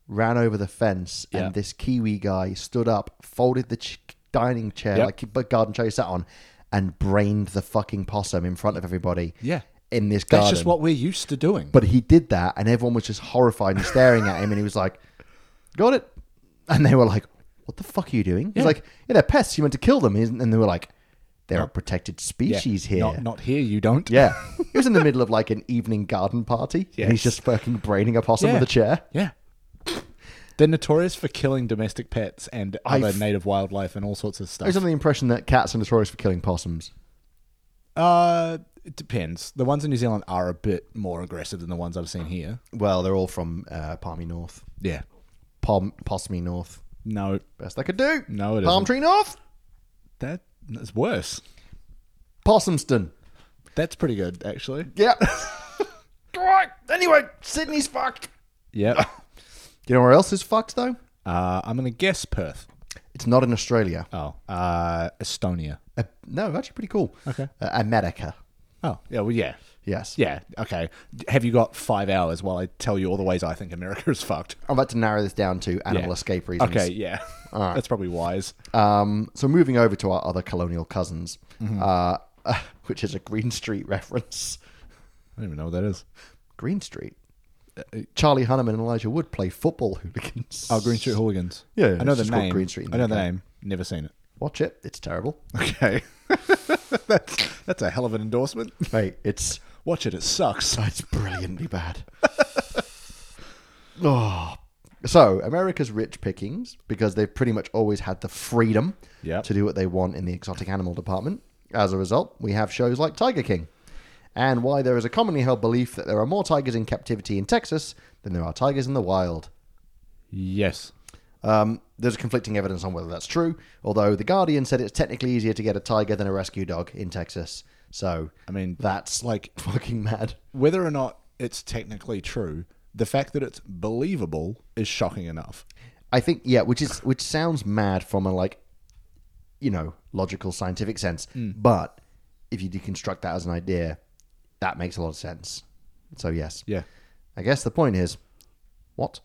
Speaker 1: ran over the fence,
Speaker 2: Yeah.
Speaker 1: and this Kiwi guy stood up, folded the ch- dining chair
Speaker 2: Yep.
Speaker 1: like the garden chair he sat on, and brained the fucking possum in front of everybody.
Speaker 2: Yeah.
Speaker 1: in this
Speaker 2: That's
Speaker 1: garden.
Speaker 2: just what we're used to doing.
Speaker 1: But he did that, and everyone was just horrified and staring at him. And he was like, "Got it," and they were like, "What the fuck are you doing?" He's
Speaker 2: Yeah.
Speaker 1: like, "Yeah, they're pests. You meant to kill them." He's- And they were like, "They're a protected
Speaker 2: Yeah.
Speaker 1: species here."
Speaker 2: Not, not here, you don't.
Speaker 1: Yeah, he was in the middle of like an evening garden party, and he's
Speaker 2: Yes.
Speaker 1: just fucking braining a possum
Speaker 2: Yeah.
Speaker 1: with a chair.
Speaker 2: Yeah. They're notorious for killing domestic pets and other
Speaker 1: I've-
Speaker 2: native wildlife and all sorts of
Speaker 1: I was
Speaker 2: stuff.
Speaker 1: under the impression that cats are notorious for killing possums.
Speaker 2: Uh, it depends. The ones in New Zealand are a bit more aggressive than the ones I've seen here.
Speaker 1: Well, they're all from uh, Palmy North,
Speaker 2: Yeah.
Speaker 1: Palm Possumy North.
Speaker 2: No,
Speaker 1: Best I could do.
Speaker 2: No, it
Speaker 1: Palm
Speaker 2: isn't.
Speaker 1: Tree North,
Speaker 2: that that's worse.
Speaker 1: Possumston.
Speaker 2: That's pretty good, actually. <laughs>
Speaker 1: Yeah. right. Anyway, Sydney's fucked.
Speaker 2: <laughs> Yeah.
Speaker 1: Do you know where else is fucked though?
Speaker 2: Uh, I'm going to guess Perth.
Speaker 1: It's not in Australia.
Speaker 2: Oh, uh, Estonia.
Speaker 1: Uh, no, actually, pretty cool.
Speaker 2: Okay.
Speaker 1: Uh, America.
Speaker 2: Oh, yeah. Well, yeah.
Speaker 1: Yes.
Speaker 2: Yeah. Okay. Have you got five hours while I tell you all the ways I think America is fucked?
Speaker 1: I'm about to narrow this down to animal
Speaker 2: Yeah.
Speaker 1: escape reasons.
Speaker 2: Okay. Yeah. <laughs> That's probably wise.
Speaker 1: Um, so moving over to our other colonial cousins,
Speaker 2: Mm-hmm.
Speaker 1: uh, <laughs> which is a Green Street reference.
Speaker 2: I don't even know what that is.
Speaker 1: Green Street. Charlie Hunnam and Elijah Wood play football <laughs> hooligans.
Speaker 2: Oh, Green Street Hooligans.
Speaker 1: Yeah, yeah,
Speaker 2: I know
Speaker 1: it's
Speaker 2: the
Speaker 1: just called
Speaker 2: name.
Speaker 1: Green Street in
Speaker 2: I know
Speaker 1: the
Speaker 2: the
Speaker 1: UK.
Speaker 2: name. Never seen it.
Speaker 1: Watch it. It's terrible.
Speaker 2: Okay. <laughs> that's that's a hell of an endorsement.
Speaker 1: Mate, it's
Speaker 2: Watch it. It sucks.
Speaker 1: it's brilliantly bad. <laughs> oh. So America's rich pickings because they've pretty much always had the freedom
Speaker 2: Yep.
Speaker 1: to do what they want in the exotic animal department. As a result, we have shows like Tiger King. And why there is a commonly held belief that there are more tigers in captivity in Texas than there are tigers in the wild.
Speaker 2: Yes.
Speaker 1: Um, there's conflicting evidence on whether that's true, although The Guardian said it's technically easier to get a tiger than a rescue dog in Texas. So,
Speaker 2: I mean,
Speaker 1: that's
Speaker 2: like
Speaker 1: <laughs> fucking mad.
Speaker 2: whether or not it's technically true, the fact that it's believable is shocking enough.
Speaker 1: I think yeah, which is which sounds mad from a like, you know, logical scientific sense. But if you deconstruct that as an idea, that makes a lot of sense. So yes,
Speaker 2: Yeah.
Speaker 1: I guess the point is, what?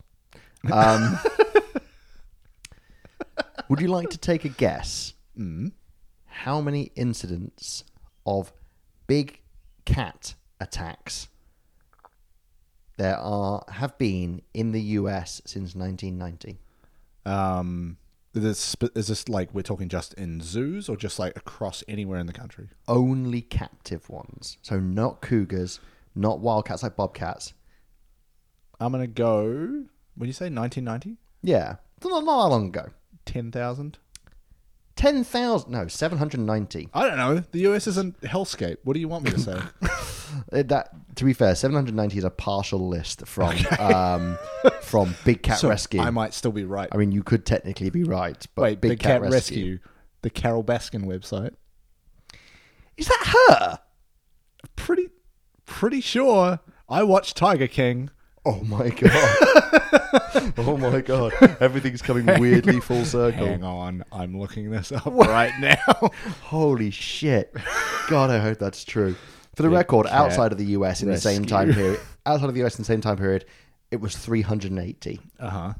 Speaker 1: Um, would you like to take a guess? How many incidents of big cat attacks there are have been in the U.S. since 1990?
Speaker 2: Um, Is this, sp- is this like we're talking just in zoos or just like across anywhere in the country?
Speaker 1: Only captive ones. So not cougars, not wildcats like bobcats.
Speaker 2: I'm going to go, when you say 1990?
Speaker 1: Yeah. So Not, not that long ago.
Speaker 2: 10,000?
Speaker 1: 10,000, no, 790.
Speaker 2: I don't know. The US isn't hellscape. What do you want me to <laughs> say?
Speaker 1: Uh, That to be fair, 790 is a partial list from um, from Big Cat
Speaker 2: <laughs> So
Speaker 1: Rescue.
Speaker 2: I might still be right.
Speaker 1: I mean, you could technically be right, but
Speaker 2: Wait, Big, Cat, Rescue. the Carol Baskin website.
Speaker 1: Is that her?
Speaker 2: Pretty, pretty sure I watched Tiger King.
Speaker 1: Oh my god.
Speaker 2: <laughs>
Speaker 1: oh my god. Everything's coming weirdly full circle.
Speaker 2: Hang on, I'm looking this up right <laughs> now.
Speaker 1: Holy shit. God, I hope that's true. For the record,
Speaker 2: Cat
Speaker 1: outside of the US in the same
Speaker 2: Rescue.
Speaker 1: time
Speaker 2: <laughs>
Speaker 1: period, outside of the US in the same time period, it was 380
Speaker 2: Uh huh.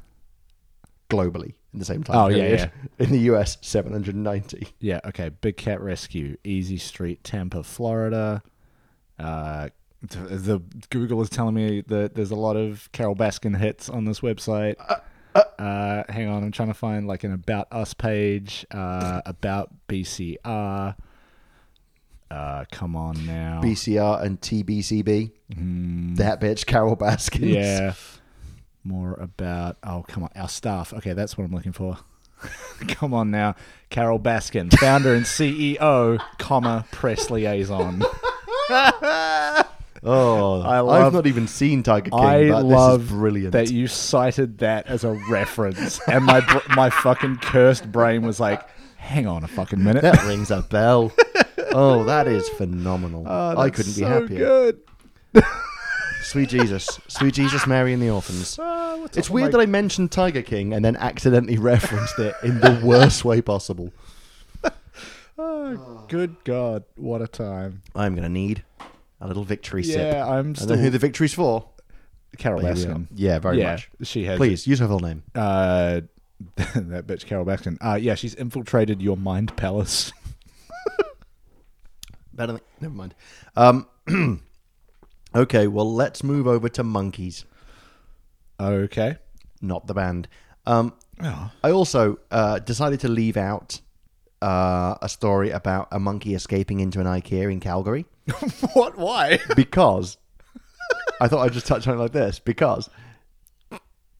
Speaker 1: globally in the same time
Speaker 2: Oh, yeah,
Speaker 1: period. In the US, 790.
Speaker 2: Yeah. Okay. Big Cat Rescue, Easy Street, Tampa, Florida. Uh, th- the Google is telling me that there's a lot of Carol Baskin hits on this website. Uh, hang on, I'm trying to find like an About Us page. Uh, about BCR. Uh, come on now.
Speaker 1: BCR and TBCB. That bitch, Carol Baskins.
Speaker 2: Hmm.
Speaker 1: <laughs>
Speaker 2: Yeah. More about oh come on our staff. Okay, that's what I'm looking for. <laughs> come on now, Carol Baskin, founder and CEO, comma press liaison.
Speaker 1: Oh, I
Speaker 2: I
Speaker 1: have
Speaker 2: love-
Speaker 1: not even seen Tiger King,
Speaker 2: I
Speaker 1: but
Speaker 2: love
Speaker 1: this is brilliant.
Speaker 2: that you cited that as a reference, and my br- my fucking cursed brain was like, hang on a fucking
Speaker 1: <laughs>
Speaker 2: minute.
Speaker 1: that rings a bell. oh, that is phenomenal.
Speaker 2: Oh,
Speaker 1: I
Speaker 2: that's
Speaker 1: couldn't be
Speaker 2: so
Speaker 1: happier.
Speaker 2: Good.
Speaker 1: Sweet Jesus. Sweet Jesus, Mary, and the
Speaker 2: <laughs>
Speaker 1: orphans.
Speaker 2: Ah, what's
Speaker 1: It's
Speaker 2: up
Speaker 1: weird
Speaker 2: with my-
Speaker 1: that I mentioned Tiger King and then accidentally <laughs> referenced it in the worst way possible.
Speaker 2: Oh, good God, what a time!
Speaker 1: I'm going to need a little victory sip.
Speaker 2: Yeah, I'm
Speaker 1: I don't know who
Speaker 2: still
Speaker 1: the victory's for.
Speaker 2: Carol
Speaker 1: but here we are.
Speaker 2: Baskin.
Speaker 1: Yeah, very
Speaker 2: yeah,
Speaker 1: much.
Speaker 2: she has.
Speaker 1: Please, use her full name.
Speaker 2: uh, <laughs> that bitch Carol Baskin. Uh, yeah, she's infiltrated your mind palace. <laughs>
Speaker 1: Better than, never mind. Um, <clears throat> okay, well, let's move over to Monkeys,
Speaker 2: okay.
Speaker 1: not the band. Um,
Speaker 2: Oh.
Speaker 1: I also uh, decided to leave out uh, a story about a monkey escaping into an IKEA in Calgary
Speaker 2: <laughs> what? Why?
Speaker 1: because I thought I'd just touch on it like this because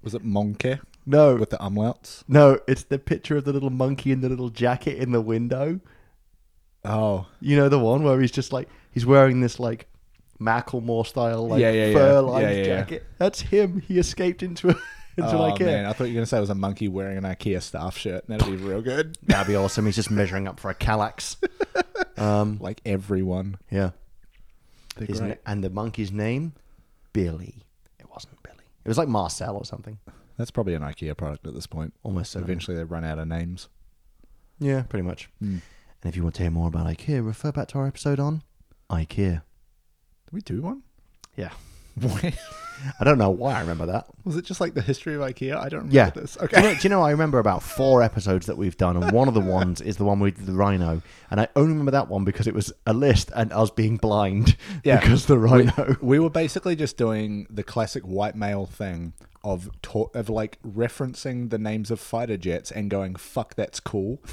Speaker 2: Was it Monkey
Speaker 1: no,
Speaker 2: with the umlauts?
Speaker 1: no, it's the picture of the little monkey in the little jacket in the window.
Speaker 2: Oh,
Speaker 1: You know the one where he's just like he's wearing this like Macklemore style like
Speaker 2: Yeah, yeah, yeah.
Speaker 1: fur lined
Speaker 2: Yeah, yeah, yeah.
Speaker 1: jacket. That's him. He escaped into a, <laughs> into
Speaker 2: oh
Speaker 1: an IKEA.
Speaker 2: man! I thought you were gonna say it was a monkey wearing an IKEA staff shirt. and That'd be real good.
Speaker 1: That'd be awesome. He's just measuring up for a Kallax. Um,
Speaker 2: like everyone.
Speaker 1: <laughs> yeah.
Speaker 2: They're
Speaker 1: His
Speaker 2: great.
Speaker 1: na- and the monkey's name, Billy. It wasn't Billy. It was like Marcel or something.
Speaker 2: That's probably an IKEA product at this point.
Speaker 1: Almost certainly.
Speaker 2: Eventually, they run out of names.
Speaker 1: Yeah, pretty much. And if you want to hear more about IKEA, refer back to our episode on IKEA.
Speaker 2: Did we do one? <laughs>
Speaker 1: Yeah.
Speaker 2: Wait,
Speaker 1: <laughs> I don't know why I remember that.
Speaker 2: was it just like the history of IKEA? I don't remember
Speaker 1: Yeah.
Speaker 2: this.
Speaker 1: Do, you
Speaker 2: Okay.
Speaker 1: know, do you know I remember about four episodes that we've done, and one
Speaker 2: <laughs>
Speaker 1: of the ones is the one with the rhino. And I only remember that one because it was a list and us being blind
Speaker 2: <laughs> Yeah.
Speaker 1: because the rhino.
Speaker 2: we were basically just doing the classic white male thing of ta- of like referencing the names of fighter jets and going fuck that's cool <laughs>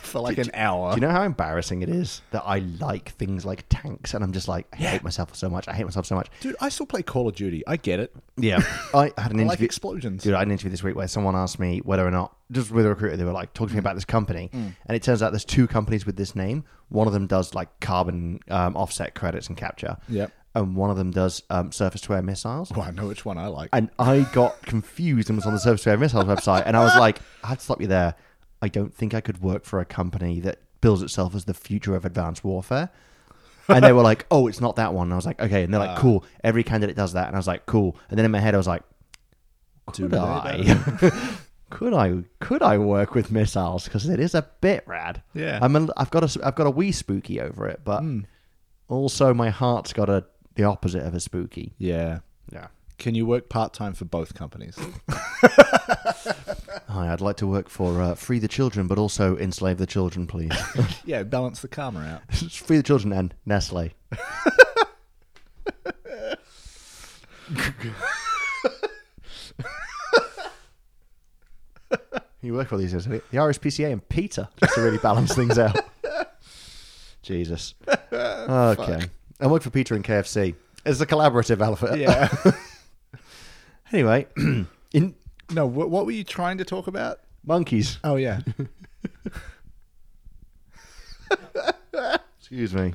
Speaker 2: for like an hour.
Speaker 1: <laughs> Do you know how embarrassing it is that I like things like tanks, and I'm just like, I hate myself so much. I hate myself so much.
Speaker 2: Dude, I still play Call of Duty. I get it.
Speaker 1: Yeah, <laughs> I had an
Speaker 2: I like
Speaker 1: interview.
Speaker 2: explosions.
Speaker 1: Dude, I had an interview this week where someone asked me whether or not, just with a recruiter, they were like, talking to me about this company. And it turns out there's two companies with this name. One of them does like carbon um, offset credits and capture.
Speaker 2: Yep.
Speaker 1: And one of them does um, surface to air missiles.
Speaker 2: Oh, I know which one I like.
Speaker 1: And I got confused and was on the surface to air missiles website. And I was like, I had to stop you there. I don't think I could work for a company that bills itself as the future of advanced warfare. And they were like, oh, it's not that one. And I was like, okay. And they're like, cool. Every candidate does that. And I was like, cool. And then in my head, I was like,
Speaker 2: Do
Speaker 1: could
Speaker 2: they,
Speaker 1: I? <laughs> could I? Could I work with missiles? Because it is a bit rad.
Speaker 2: Yeah.
Speaker 1: I'm. A, I've got a. I've got a wee spooky over it, but also my heart's got a the opposite of a spooky.
Speaker 2: yeah.
Speaker 1: Yeah.
Speaker 2: Can you work part time for both companies? <laughs>
Speaker 1: Hi, I'd like to work for uh, free the children, but also enslave the children, please. <laughs>
Speaker 2: yeah, balance the karma out.
Speaker 1: free the children and Nestle. You work all these years. The RSPCA and Peter just to really balance things out. Jesus. Okay. I work for Peter and KFC. It's a collaborative effort.
Speaker 2: Yeah. <laughs>
Speaker 1: Anyway, <clears throat> in
Speaker 2: no, what, what were you trying to talk about?
Speaker 1: monkeys.
Speaker 2: Oh yeah.
Speaker 1: Excuse me.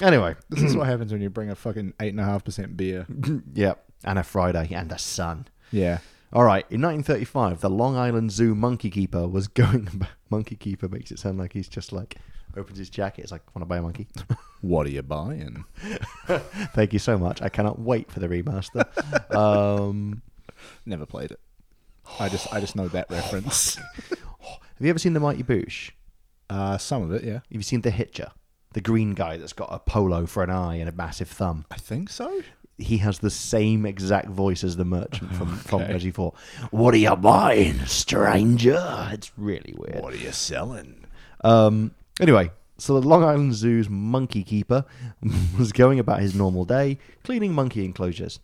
Speaker 1: Anyway,
Speaker 2: this is what happens when you bring a fucking eight and a half
Speaker 1: <laughs>
Speaker 2: percent beer.
Speaker 1: yeah, and a Friday and a sun.
Speaker 2: Yeah.
Speaker 1: All right. In 1935, the Long Island Zoo monkey keeper was <laughs> going. monkey keeper makes it sound like he's just like opens his jacket. It's like, want to buy a monkey? <laughs>
Speaker 2: What are you buying?
Speaker 1: Thank you so much. I cannot wait for the remaster. <laughs> um,
Speaker 2: Never played it. I just I just know <sighs> that reference.
Speaker 1: have you ever seen the Mighty Boosh?
Speaker 2: Uh, some of it, yeah.
Speaker 1: Have you seen the Hitcher? The green guy that's got a polo for an eye and a massive thumb.
Speaker 2: I think so.
Speaker 1: He has the same exact voice as the merchant from from
Speaker 2: Okay.
Speaker 1: Veggie Four. What are you buying, stranger? It's really weird.
Speaker 2: are you selling?
Speaker 1: Um, anyway, so the Long Island Zoo's monkey keeper <laughs> was going about his normal day, cleaning monkey enclosures.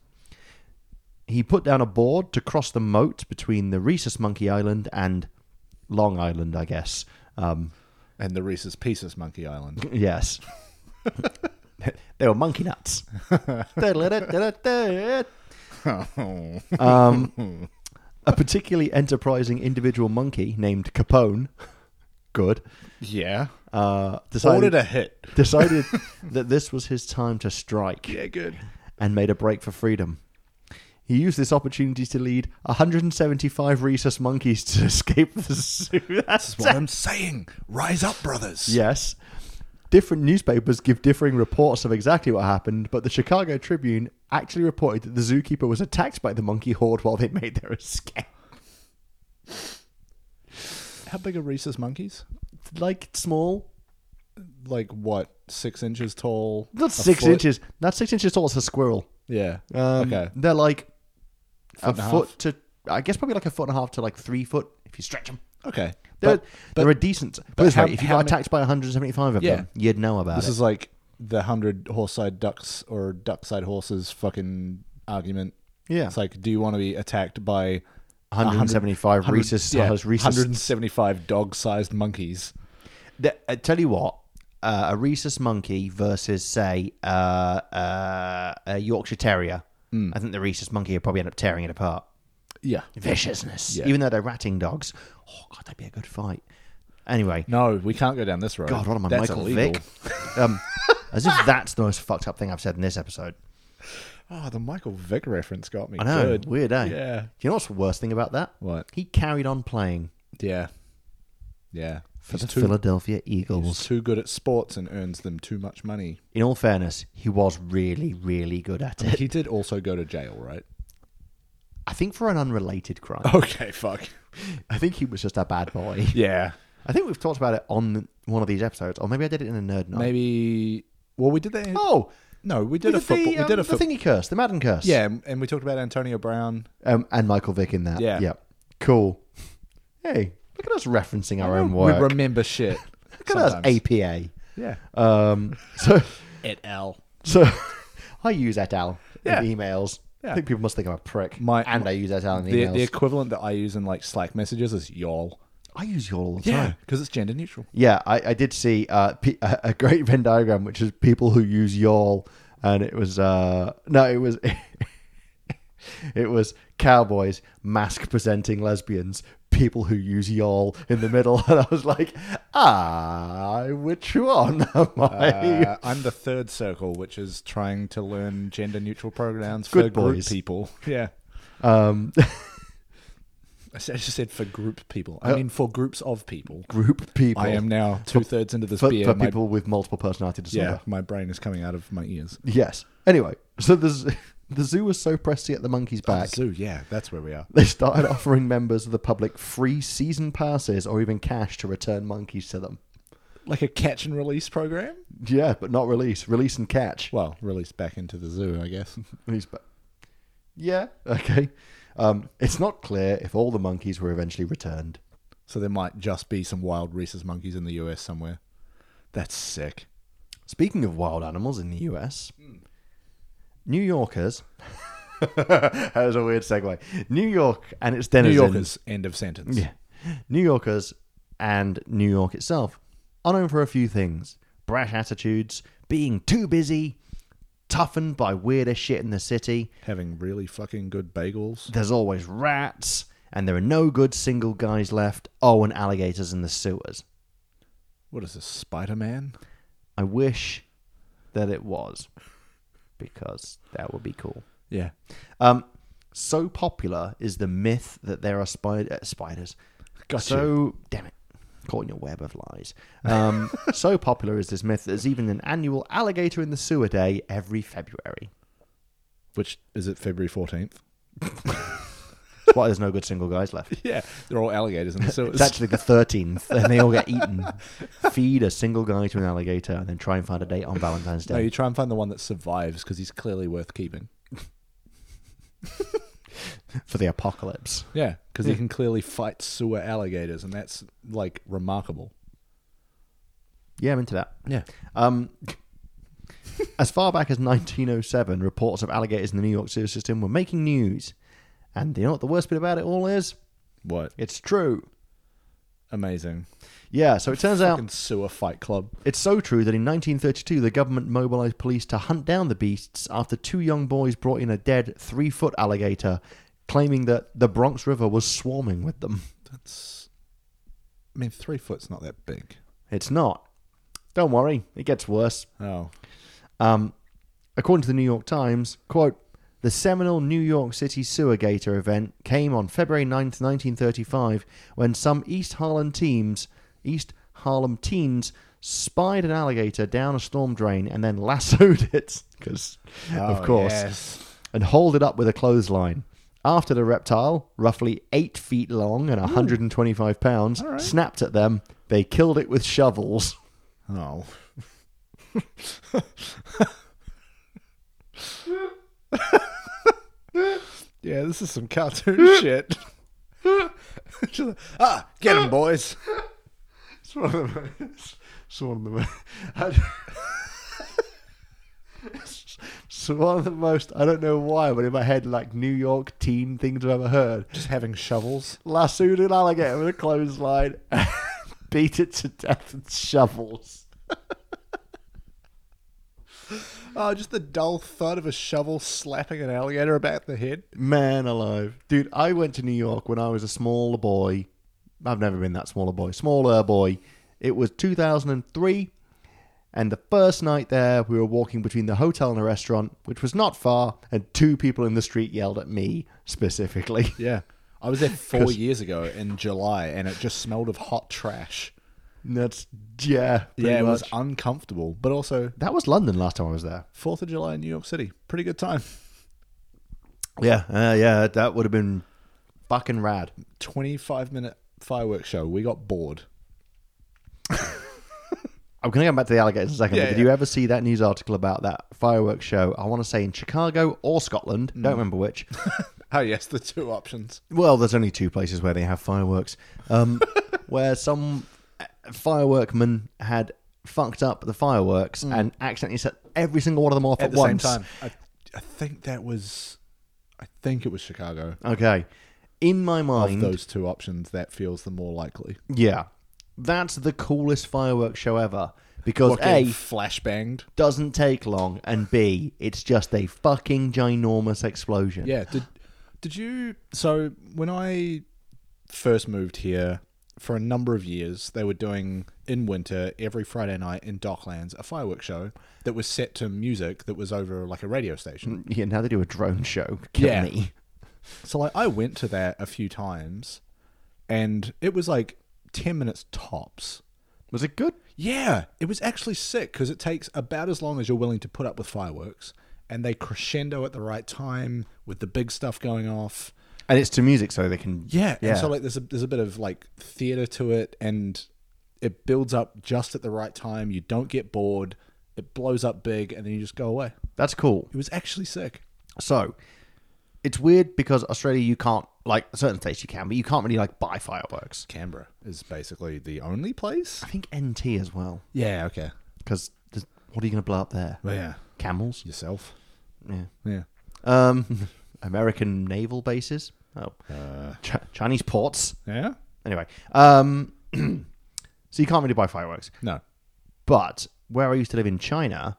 Speaker 1: He put down a board to cross the moat between the Rhesus Monkey Island and Long Island, I guess. Um,
Speaker 2: And the Reese's Pieces Monkey <laughs> Island.
Speaker 1: yes. <laughs> they were monkey nuts.
Speaker 2: oh.
Speaker 1: Um, a particularly enterprising individual monkey named Capone, good,
Speaker 2: Yeah.
Speaker 1: uh,
Speaker 2: Ordered
Speaker 1: decided,
Speaker 2: a hit.
Speaker 1: decided that this was his time to strike.
Speaker 2: Yeah, good.
Speaker 1: and made a break for freedom. He used this opportunity to lead 175 rhesus monkeys to <laughs> escape the zoo. <laughs> That's
Speaker 2: That's what I'm saying. Rise up, brothers.
Speaker 1: yes. Different newspapers give differing reports of exactly what happened, but the Chicago Tribune actually reported that the zookeeper was attacked by the monkey horde while they made their escape.
Speaker 2: How big are Reese's monkeys?
Speaker 1: Like small,
Speaker 2: Like what? Six inches tall.
Speaker 1: not
Speaker 2: a
Speaker 1: six
Speaker 2: foot?
Speaker 1: inches. Not six inches tall. It's a squirrel.
Speaker 2: Yeah.
Speaker 1: Um,
Speaker 2: okay.
Speaker 1: They're like
Speaker 2: Foot and
Speaker 1: a
Speaker 2: a
Speaker 1: foot to, I guess probably like a foot and a half to like three foot if you stretch them.
Speaker 2: Okay.
Speaker 1: They're,
Speaker 2: But,
Speaker 1: they're a decent. But this
Speaker 2: how-
Speaker 1: way, if you
Speaker 2: how
Speaker 1: got
Speaker 2: many-
Speaker 1: attacked by 175 of
Speaker 2: Yeah.
Speaker 1: them, you'd know about
Speaker 2: this
Speaker 1: it.
Speaker 2: is like the hundred horse-side ducks or duck-side horses fucking argument.
Speaker 1: yeah,
Speaker 2: It's like, do you want to be attacked by
Speaker 1: 175
Speaker 2: 100
Speaker 1: Rhesus.
Speaker 2: yeah,
Speaker 1: has Rhesus.
Speaker 2: 175 dog-sized monkeys?
Speaker 1: The- I tell you what, uh, a Rhesus monkey versus, say, uh, uh, a Yorkshire Terrier.
Speaker 2: Hmm.
Speaker 1: I think the Rhesus monkey would probably end up tearing it apart.
Speaker 2: Yeah.
Speaker 1: Viciousness.
Speaker 2: Yeah.
Speaker 1: Even though they're ratting dogs. Oh, God, that'd be a good fight. Anyway,
Speaker 2: No, we can't go down this road.
Speaker 1: God, what am I,
Speaker 2: That's
Speaker 1: Michael
Speaker 2: illegal.
Speaker 1: Vick? Um, as if that's the most fucked up thing I've said in this episode.
Speaker 2: Oh, the Michael Vick reference got me.
Speaker 1: I know.
Speaker 2: Good.
Speaker 1: Weird, eh?
Speaker 2: Yeah.
Speaker 1: Do you know what's the worst thing about that?
Speaker 2: What?
Speaker 1: He carried on playing.
Speaker 2: Yeah. Yeah.
Speaker 1: for
Speaker 2: He's
Speaker 1: the
Speaker 2: too,
Speaker 1: Philadelphia
Speaker 2: he's
Speaker 1: Eagles.
Speaker 2: too good at sports and earns them too much money.
Speaker 1: In all fairness, he was really, really good at
Speaker 2: <laughs>
Speaker 1: it.
Speaker 2: He did also go to jail,
Speaker 1: <laughs>
Speaker 2: right?
Speaker 1: I think for an unrelated crime.
Speaker 2: Okay, fuck.
Speaker 1: I think he was just a bad boy.
Speaker 2: Yeah.
Speaker 1: I think we've talked about it on one of these episodes, or maybe I did it in a nerd night.
Speaker 2: Maybe. Well, we did that. In,
Speaker 1: Oh,
Speaker 2: no, we
Speaker 1: we
Speaker 2: did a football.
Speaker 1: The, um,
Speaker 2: we did a
Speaker 1: the
Speaker 2: football.
Speaker 1: thingy curse, the Madden curse.
Speaker 2: Yeah, and- and we talked about Antonio Brown.
Speaker 1: um, and Michael Vick in that.
Speaker 2: Yeah.
Speaker 1: Yep. Cool. Hey, look at us referencing our own
Speaker 2: We
Speaker 1: work.
Speaker 2: remember shit.
Speaker 1: <laughs> look at us
Speaker 2: sometimes. <laughs>
Speaker 1: APA.
Speaker 2: Yeah.
Speaker 1: Um, so,
Speaker 2: At L. <laughs>
Speaker 1: so <laughs> I use et al.
Speaker 2: Yeah.
Speaker 1: in emails. I
Speaker 2: Yeah.
Speaker 1: think people must think I'm a prick.
Speaker 2: My-
Speaker 1: and I use et al in
Speaker 2: The,
Speaker 1: emails.
Speaker 2: the equivalent that I use in like Slack messages is y'all.
Speaker 1: I use y'all all the time.
Speaker 2: because it's gender neutral.
Speaker 1: Yeah, I, I did see uh, pe- <laughs> a a great Venn diagram, which is people who use y'all, and it was uh, no, it was <laughs> it was cowboys, mask presenting lesbians, people who use y'all in the middle, <laughs> and I was like, ah, which one am I?
Speaker 2: Uh, I'm the third circle, which is trying to learn gender neutral pronouns for
Speaker 1: Good
Speaker 2: group
Speaker 1: boys.
Speaker 2: people. <laughs> Yeah.
Speaker 1: um,
Speaker 2: <laughs> I said- I just said for group people. I mean for groups of people.
Speaker 1: <laughs> Uh, group people.
Speaker 2: I am now two thirds into this
Speaker 1: for,
Speaker 2: beer.
Speaker 1: for
Speaker 2: my,
Speaker 1: people with multiple personality disorder.
Speaker 2: yeah, my brain is coming out of my ears.
Speaker 1: Yes. Anyway, so the zoo, <laughs> the zoo was so pressed to get the monkeys back.
Speaker 2: Oh, Zoo, yeah, that's where we are.
Speaker 1: They started offering members of the public free season passes or even cash to return monkeys to them.
Speaker 2: Like a catch and release program.
Speaker 1: Yeah, but not release. Release and catch.
Speaker 2: Well, released back into the zoo, I guess. <laughs>
Speaker 1: Release, but yeah, okay. Um, it's not clear if all the monkeys were eventually returned.
Speaker 2: So there might just be some wild rhesus monkeys in the US somewhere. That's sick.
Speaker 1: Speaking of wild animals in the US, New Yorkers. <laughs> that was a weird segue. New York and its
Speaker 2: New
Speaker 1: denizens.
Speaker 2: Yorkers, end of sentence.
Speaker 1: Yeah. New Yorkers and New York itself are known for a few things brash attitudes, being too busy, toughened by weirdest shit in the city.
Speaker 2: Having really fucking good bagels.
Speaker 1: There's always rats, and there are no good single guys left. Oh, and alligators in the sewers.
Speaker 2: What is this, Spider Man?
Speaker 1: I wish that it was, because that would be cool.
Speaker 2: Yeah.
Speaker 1: Um, so popular is the myth that there are spid- uh, spiders.
Speaker 2: Gotcha.
Speaker 1: So damn it, caught in your web of lies. Um, so popular is this myth that there's even an annual alligator in the sewer day every February.
Speaker 2: Which is it February 14th?
Speaker 1: That's why there's no good single guys left.
Speaker 2: <laughs> Yeah. They're all alligators <laughs> in the
Speaker 1: It's
Speaker 2: sewers.
Speaker 1: actually the 13th, and they all get eaten. Feed a single guy to an alligator, and then try and find a date on Valentine's
Speaker 2: no,
Speaker 1: Day.
Speaker 2: you try and find the one that survives because he's clearly worth keeping.
Speaker 1: for the apocalypse.
Speaker 2: Yeah, because he can clearly fight sewer alligators, and that's like remarkable.
Speaker 1: Yeah, I'm into that.
Speaker 2: Yeah.
Speaker 1: Um, <laughs> as far back as 1907, reports of alligators in the New York sewer system were making news. And you know what the worst bit about it all is?
Speaker 2: What?
Speaker 1: It's true.
Speaker 2: Amazing.
Speaker 1: Yeah, so it turns out
Speaker 2: Fucking sewer fight club.
Speaker 1: It's so true that in 1932, the government mobilized police to hunt down the beasts after two young boys brought in a dead three foot alligator, claiming that the Bronx River was swarming with them.
Speaker 2: That's. I mean, three foot's not that big.
Speaker 1: It's not. Don't worry, it gets worse.
Speaker 2: Oh.
Speaker 1: Um, according to the New York Times, quote, the seminal New York City sewer gator event came on February 9th, 1935, when some East Harlem teams, East Harlem teens, spied an alligator down a storm drain and then lassoed <laughs> it, because of
Speaker 2: Oh,
Speaker 1: course,
Speaker 2: yes.
Speaker 1: and hauled it up with a clothesline. After the reptile, roughly eight feet long and 125 pounds,
Speaker 2: All right.
Speaker 1: snapped at them, they killed it with shovels.
Speaker 2: Oh. <laughs> yeah, this is some cartoon <laughs> shit. ah, get him, boys.
Speaker 1: It's one of the most. It's one of the most. I, it's one of the most. I don't know why, but in my head, like New York teen things I've ever heard.
Speaker 2: Just having shovels.
Speaker 1: Lassoed an alligator with a clothesline, <laughs> beat it to death with shovels.
Speaker 2: Oh, just the dull thud of a shovel slapping an alligator about the head.
Speaker 1: Man alive. Dude, I went to New York when I was a smaller boy. I've never been that smaller boy. Smaller boy. It was 2003. And the first night there, we were walking between the hotel and a restaurant, which was not far, and two people in the street yelled at me <laughs> specifically.
Speaker 2: Yeah. I was there <laughs> four
Speaker 1: 'Cause-
Speaker 2: years ago in July and it just smelled of hot trash.
Speaker 1: And That's, yeah. pretty
Speaker 2: yeah, it was
Speaker 1: much.
Speaker 2: uncomfortable, but also
Speaker 1: That was London last time I was there.
Speaker 2: 4th of July in New York City. Pretty good time.
Speaker 1: Yeah, uh, yeah, that would have been fucking rad.
Speaker 2: 25 minute fireworks show. We got bored. <laughs>
Speaker 1: I'm going to go back to the alligators in a second.
Speaker 2: Yeah,
Speaker 1: but did
Speaker 2: yeah.
Speaker 1: you ever see that news article about that fireworks show? I want to say in Chicago or Scotland. Don't
Speaker 2: Mm.
Speaker 1: remember which. <laughs>
Speaker 2: Oh, yes, the two options.
Speaker 1: well, there's only two places where they have fireworks.
Speaker 2: <laughs>
Speaker 1: Um, where some fireworkman had fucked up the fireworks and accidentally set every single one of them off at,
Speaker 2: Mm. At the
Speaker 1: once.
Speaker 2: same time, I, I think that was. I think it was Chicago.
Speaker 1: Okay. In my
Speaker 2: Of
Speaker 1: mind,
Speaker 2: those two options, that feels the more likely.
Speaker 1: yeah, that's the coolest fireworks show ever because
Speaker 2: Fucking
Speaker 1: a
Speaker 2: flashbanged.
Speaker 1: doesn't take long and b it's just a fucking ginormous explosion.
Speaker 2: Yeah. Did did you? So when I first moved here, for a number of years, they were doing in winter every Friday night in Docklands a fireworks show that was set to music that was over like a radio station.
Speaker 1: Yeah, now they do a drone show. Kill
Speaker 2: Yeah.
Speaker 1: me.
Speaker 2: So like I went to that a few times, and it was like ten minutes tops.
Speaker 1: Was it good?
Speaker 2: Yeah, it was actually sick because it takes about as long as you're willing to put up with fireworks, and they crescendo at the right time with the big stuff going off.
Speaker 1: And it's to music, so they can.
Speaker 2: Yeah,
Speaker 1: yeah.
Speaker 2: And so like there's a there's a bit of like theater to it, and it builds up just at the right time. You don't get bored. It blows up big, and then you just go away.
Speaker 1: that's cool.
Speaker 2: It was actually sick.
Speaker 1: So it's weird because Australia, you can't like certain states you can, but you can't really like buy fireworks.
Speaker 2: Canberra is basically the only place.
Speaker 1: I think NT as well,
Speaker 2: Yeah. Okay.
Speaker 1: because what are you going to blow up there?
Speaker 2: Well, yeah.
Speaker 1: Camels.
Speaker 2: Yourself.
Speaker 1: Yeah.
Speaker 2: Yeah.
Speaker 1: <laughs>
Speaker 2: Uh.
Speaker 1: Um, American naval bases. Oh, Ch- Chinese ports.
Speaker 2: Yeah.
Speaker 1: Anyway, um, <clears throat> so you can't really buy fireworks.
Speaker 2: No.
Speaker 1: But where I used to live in China,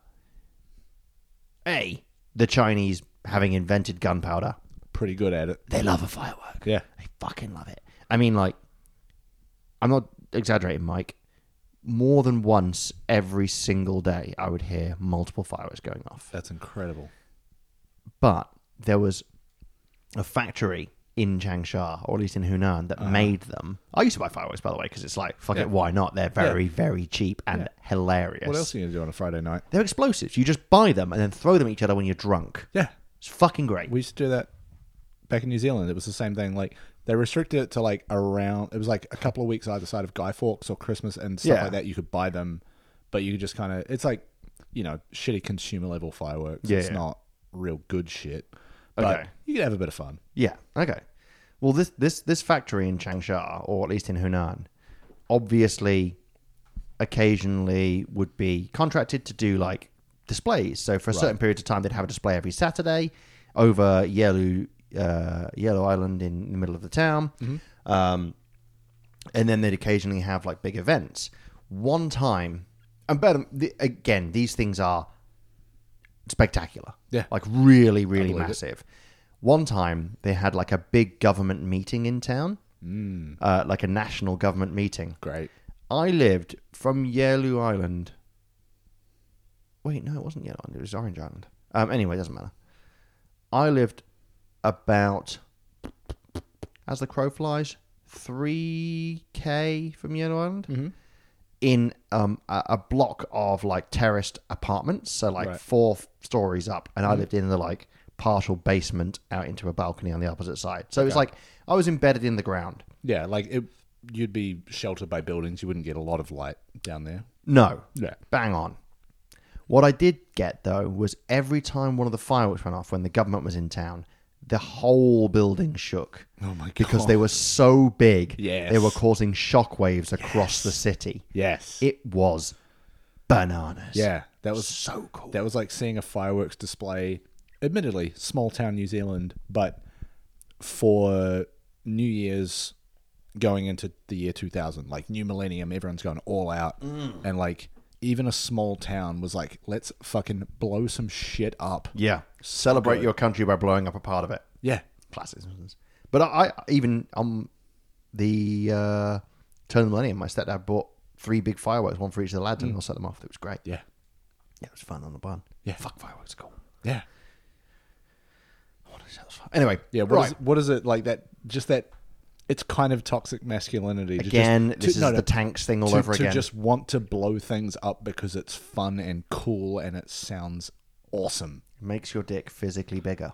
Speaker 1: A, the Chinese having invented gunpowder,
Speaker 2: Pretty good at it.
Speaker 1: they love a firework.
Speaker 2: Yeah.
Speaker 1: They fucking love it. I mean, like, I'm not exaggerating, Mike. More than once every single day, I would hear multiple fireworks going off.
Speaker 2: That's incredible.
Speaker 1: But there was a factory in Changsha, or at least in Hunan, that made them. I used to buy fireworks, by the way, because it's like, fuck
Speaker 2: Uh-huh. Yeah.
Speaker 1: it, why not? They're very, very cheap and hilarious.
Speaker 2: What else are you going to do on a Friday night?
Speaker 1: They're explosives. You just buy them and then throw them at each other when you're drunk.
Speaker 2: Yeah.
Speaker 1: It's fucking great.
Speaker 2: We used to do that back in New Zealand. It was the same thing. Like they restricted it to like around. It was like a couple of weeks either side of Guy Fawkes or Christmas and stuff
Speaker 1: Yeah.
Speaker 2: like that. You could buy them, but you could just kind of. It's like you know shitty consumer level fireworks.
Speaker 1: Yeah,
Speaker 2: it's
Speaker 1: yeah.
Speaker 2: not real good shit. But
Speaker 1: Okay.
Speaker 2: you could have a bit of fun.
Speaker 1: Yeah. Okay. Well, this this this factory in Changsha, or at least in Hunan, obviously, occasionally would be contracted to do like displays. So for a certain period of time, they'd have a display every Saturday over Yellow uh, Yellow Island in the middle of the town, um, and then they'd occasionally have like big events. One time, and better the, again, these things are spectacular.
Speaker 2: Yeah.
Speaker 1: Like really, really
Speaker 2: believe it.
Speaker 1: massive. One time they had like a big government meeting in town, mm. uh, like a national government meeting.
Speaker 2: Great.
Speaker 1: I lived from Yellow Island. Wait, no, it wasn't Yellow Island. It was Orange Island. Um, anyway, it doesn't matter. I lived about, as the crow flies, 3K from Yellow Island in um, a, a block of like terraced apartments. So, like
Speaker 2: Right.
Speaker 1: four f- stories up. And I lived in the like partial basement out into a balcony on the opposite side. So, it was like I was embedded in the ground.
Speaker 2: Yeah, like it. You'd be sheltered by buildings. You wouldn't get a lot of light down there.
Speaker 1: No.
Speaker 2: Yeah.
Speaker 1: Bang on. What I did get though was every time one of the fireworks went off when the government was in town, the whole building shook.
Speaker 2: Oh my
Speaker 1: Because they were so big,
Speaker 2: Yes.
Speaker 1: they were causing shockwaves across the city.
Speaker 2: Yes.
Speaker 1: It was bananas.
Speaker 2: yeah. That was
Speaker 1: So cool.
Speaker 2: That was like seeing a fireworks display, admittedly, small town New Zealand, but for New Year's going into the year 2000, like new millennium, everyone's gone all out. And like, even a small town was like, let's fucking blow some shit up.
Speaker 1: Yeah. Celebrate your country by blowing up a part of it.
Speaker 2: Yeah.
Speaker 1: Classic Simpsons. But I, I even um the uh turn of the millennium, my stepdad bought three big fireworks, one for each of the lads, and we all set them off. It was great.
Speaker 2: Yeah.
Speaker 1: Yeah, it was fun on the bun.
Speaker 2: Yeah.
Speaker 1: Fuck fireworks are cool.
Speaker 2: Yeah.
Speaker 1: Honestly, that was fun. Anyway,
Speaker 2: Yeah. What,
Speaker 1: right.
Speaker 2: is- what is it like that? Just that it's kind of toxic masculinity. to just-
Speaker 1: again,
Speaker 2: to-
Speaker 1: this is
Speaker 2: no, no,
Speaker 1: the tanks thing all
Speaker 2: to,
Speaker 1: over
Speaker 2: to
Speaker 1: again.
Speaker 2: just want to blow things up because it's fun and cool and it sounds awesome.
Speaker 1: makes your dick physically bigger.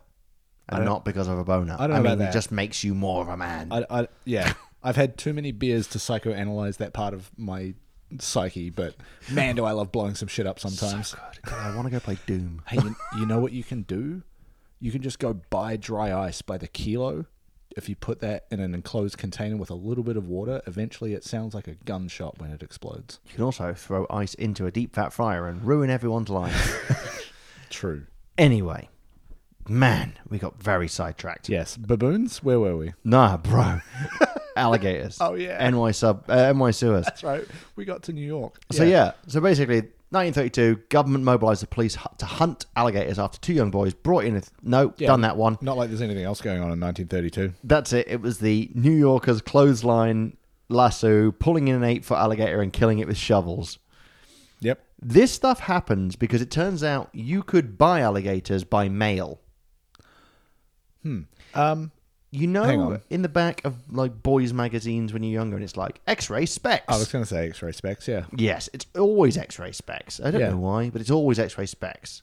Speaker 1: And not because of a boner. I,
Speaker 2: don't know
Speaker 1: mean,
Speaker 2: about
Speaker 1: it
Speaker 2: that.
Speaker 1: just makes you more of a man.
Speaker 2: I, I-
Speaker 1: <laughs>
Speaker 2: yeah, I've had too many beers to psychoanalyze that part of my psyche, but man, do I love blowing some shit up sometimes.
Speaker 1: God, God, I want to go play Doom.
Speaker 2: hey, you, you know what you can do? You can just go buy dry ice by the kilo. If you put that in an enclosed container with a little bit of water, eventually it sounds like a gunshot when it explodes.
Speaker 1: You can also throw ice into a deep fat fryer and ruin everyone's life.
Speaker 2: <laughs> True.
Speaker 1: Anyway, man, we got very sidetracked.
Speaker 2: Yes. Baboons? Where were we?
Speaker 1: Nah, bro. <laughs> Alligators.
Speaker 2: Oh, yeah.
Speaker 1: NY sub uh, NY sewers.
Speaker 2: That's right. We got to New York.
Speaker 1: So yeah, so basically 1932 government mobilized the police hu- to hunt alligators after two young boys brought in a th- no,
Speaker 2: Yeah.
Speaker 1: done that one.
Speaker 2: Not like there's anything else going on in 1932.
Speaker 1: That's it. It was the New Yorker's clothesline lasso pulling in an 8-foot alligator and killing it with shovels.
Speaker 2: Yep.
Speaker 1: This stuff happens because it turns out you could buy alligators by mail.
Speaker 2: Um,
Speaker 1: You
Speaker 2: Hang
Speaker 1: know,
Speaker 2: on.
Speaker 1: in the back of like boys' magazines when you're younger, and it's like X-ray specs.
Speaker 2: I was going to say X-ray specs. Yeah.
Speaker 1: Yes, it's always X-ray specs. I don't
Speaker 2: Yeah.
Speaker 1: know why, but it's always X-ray specs.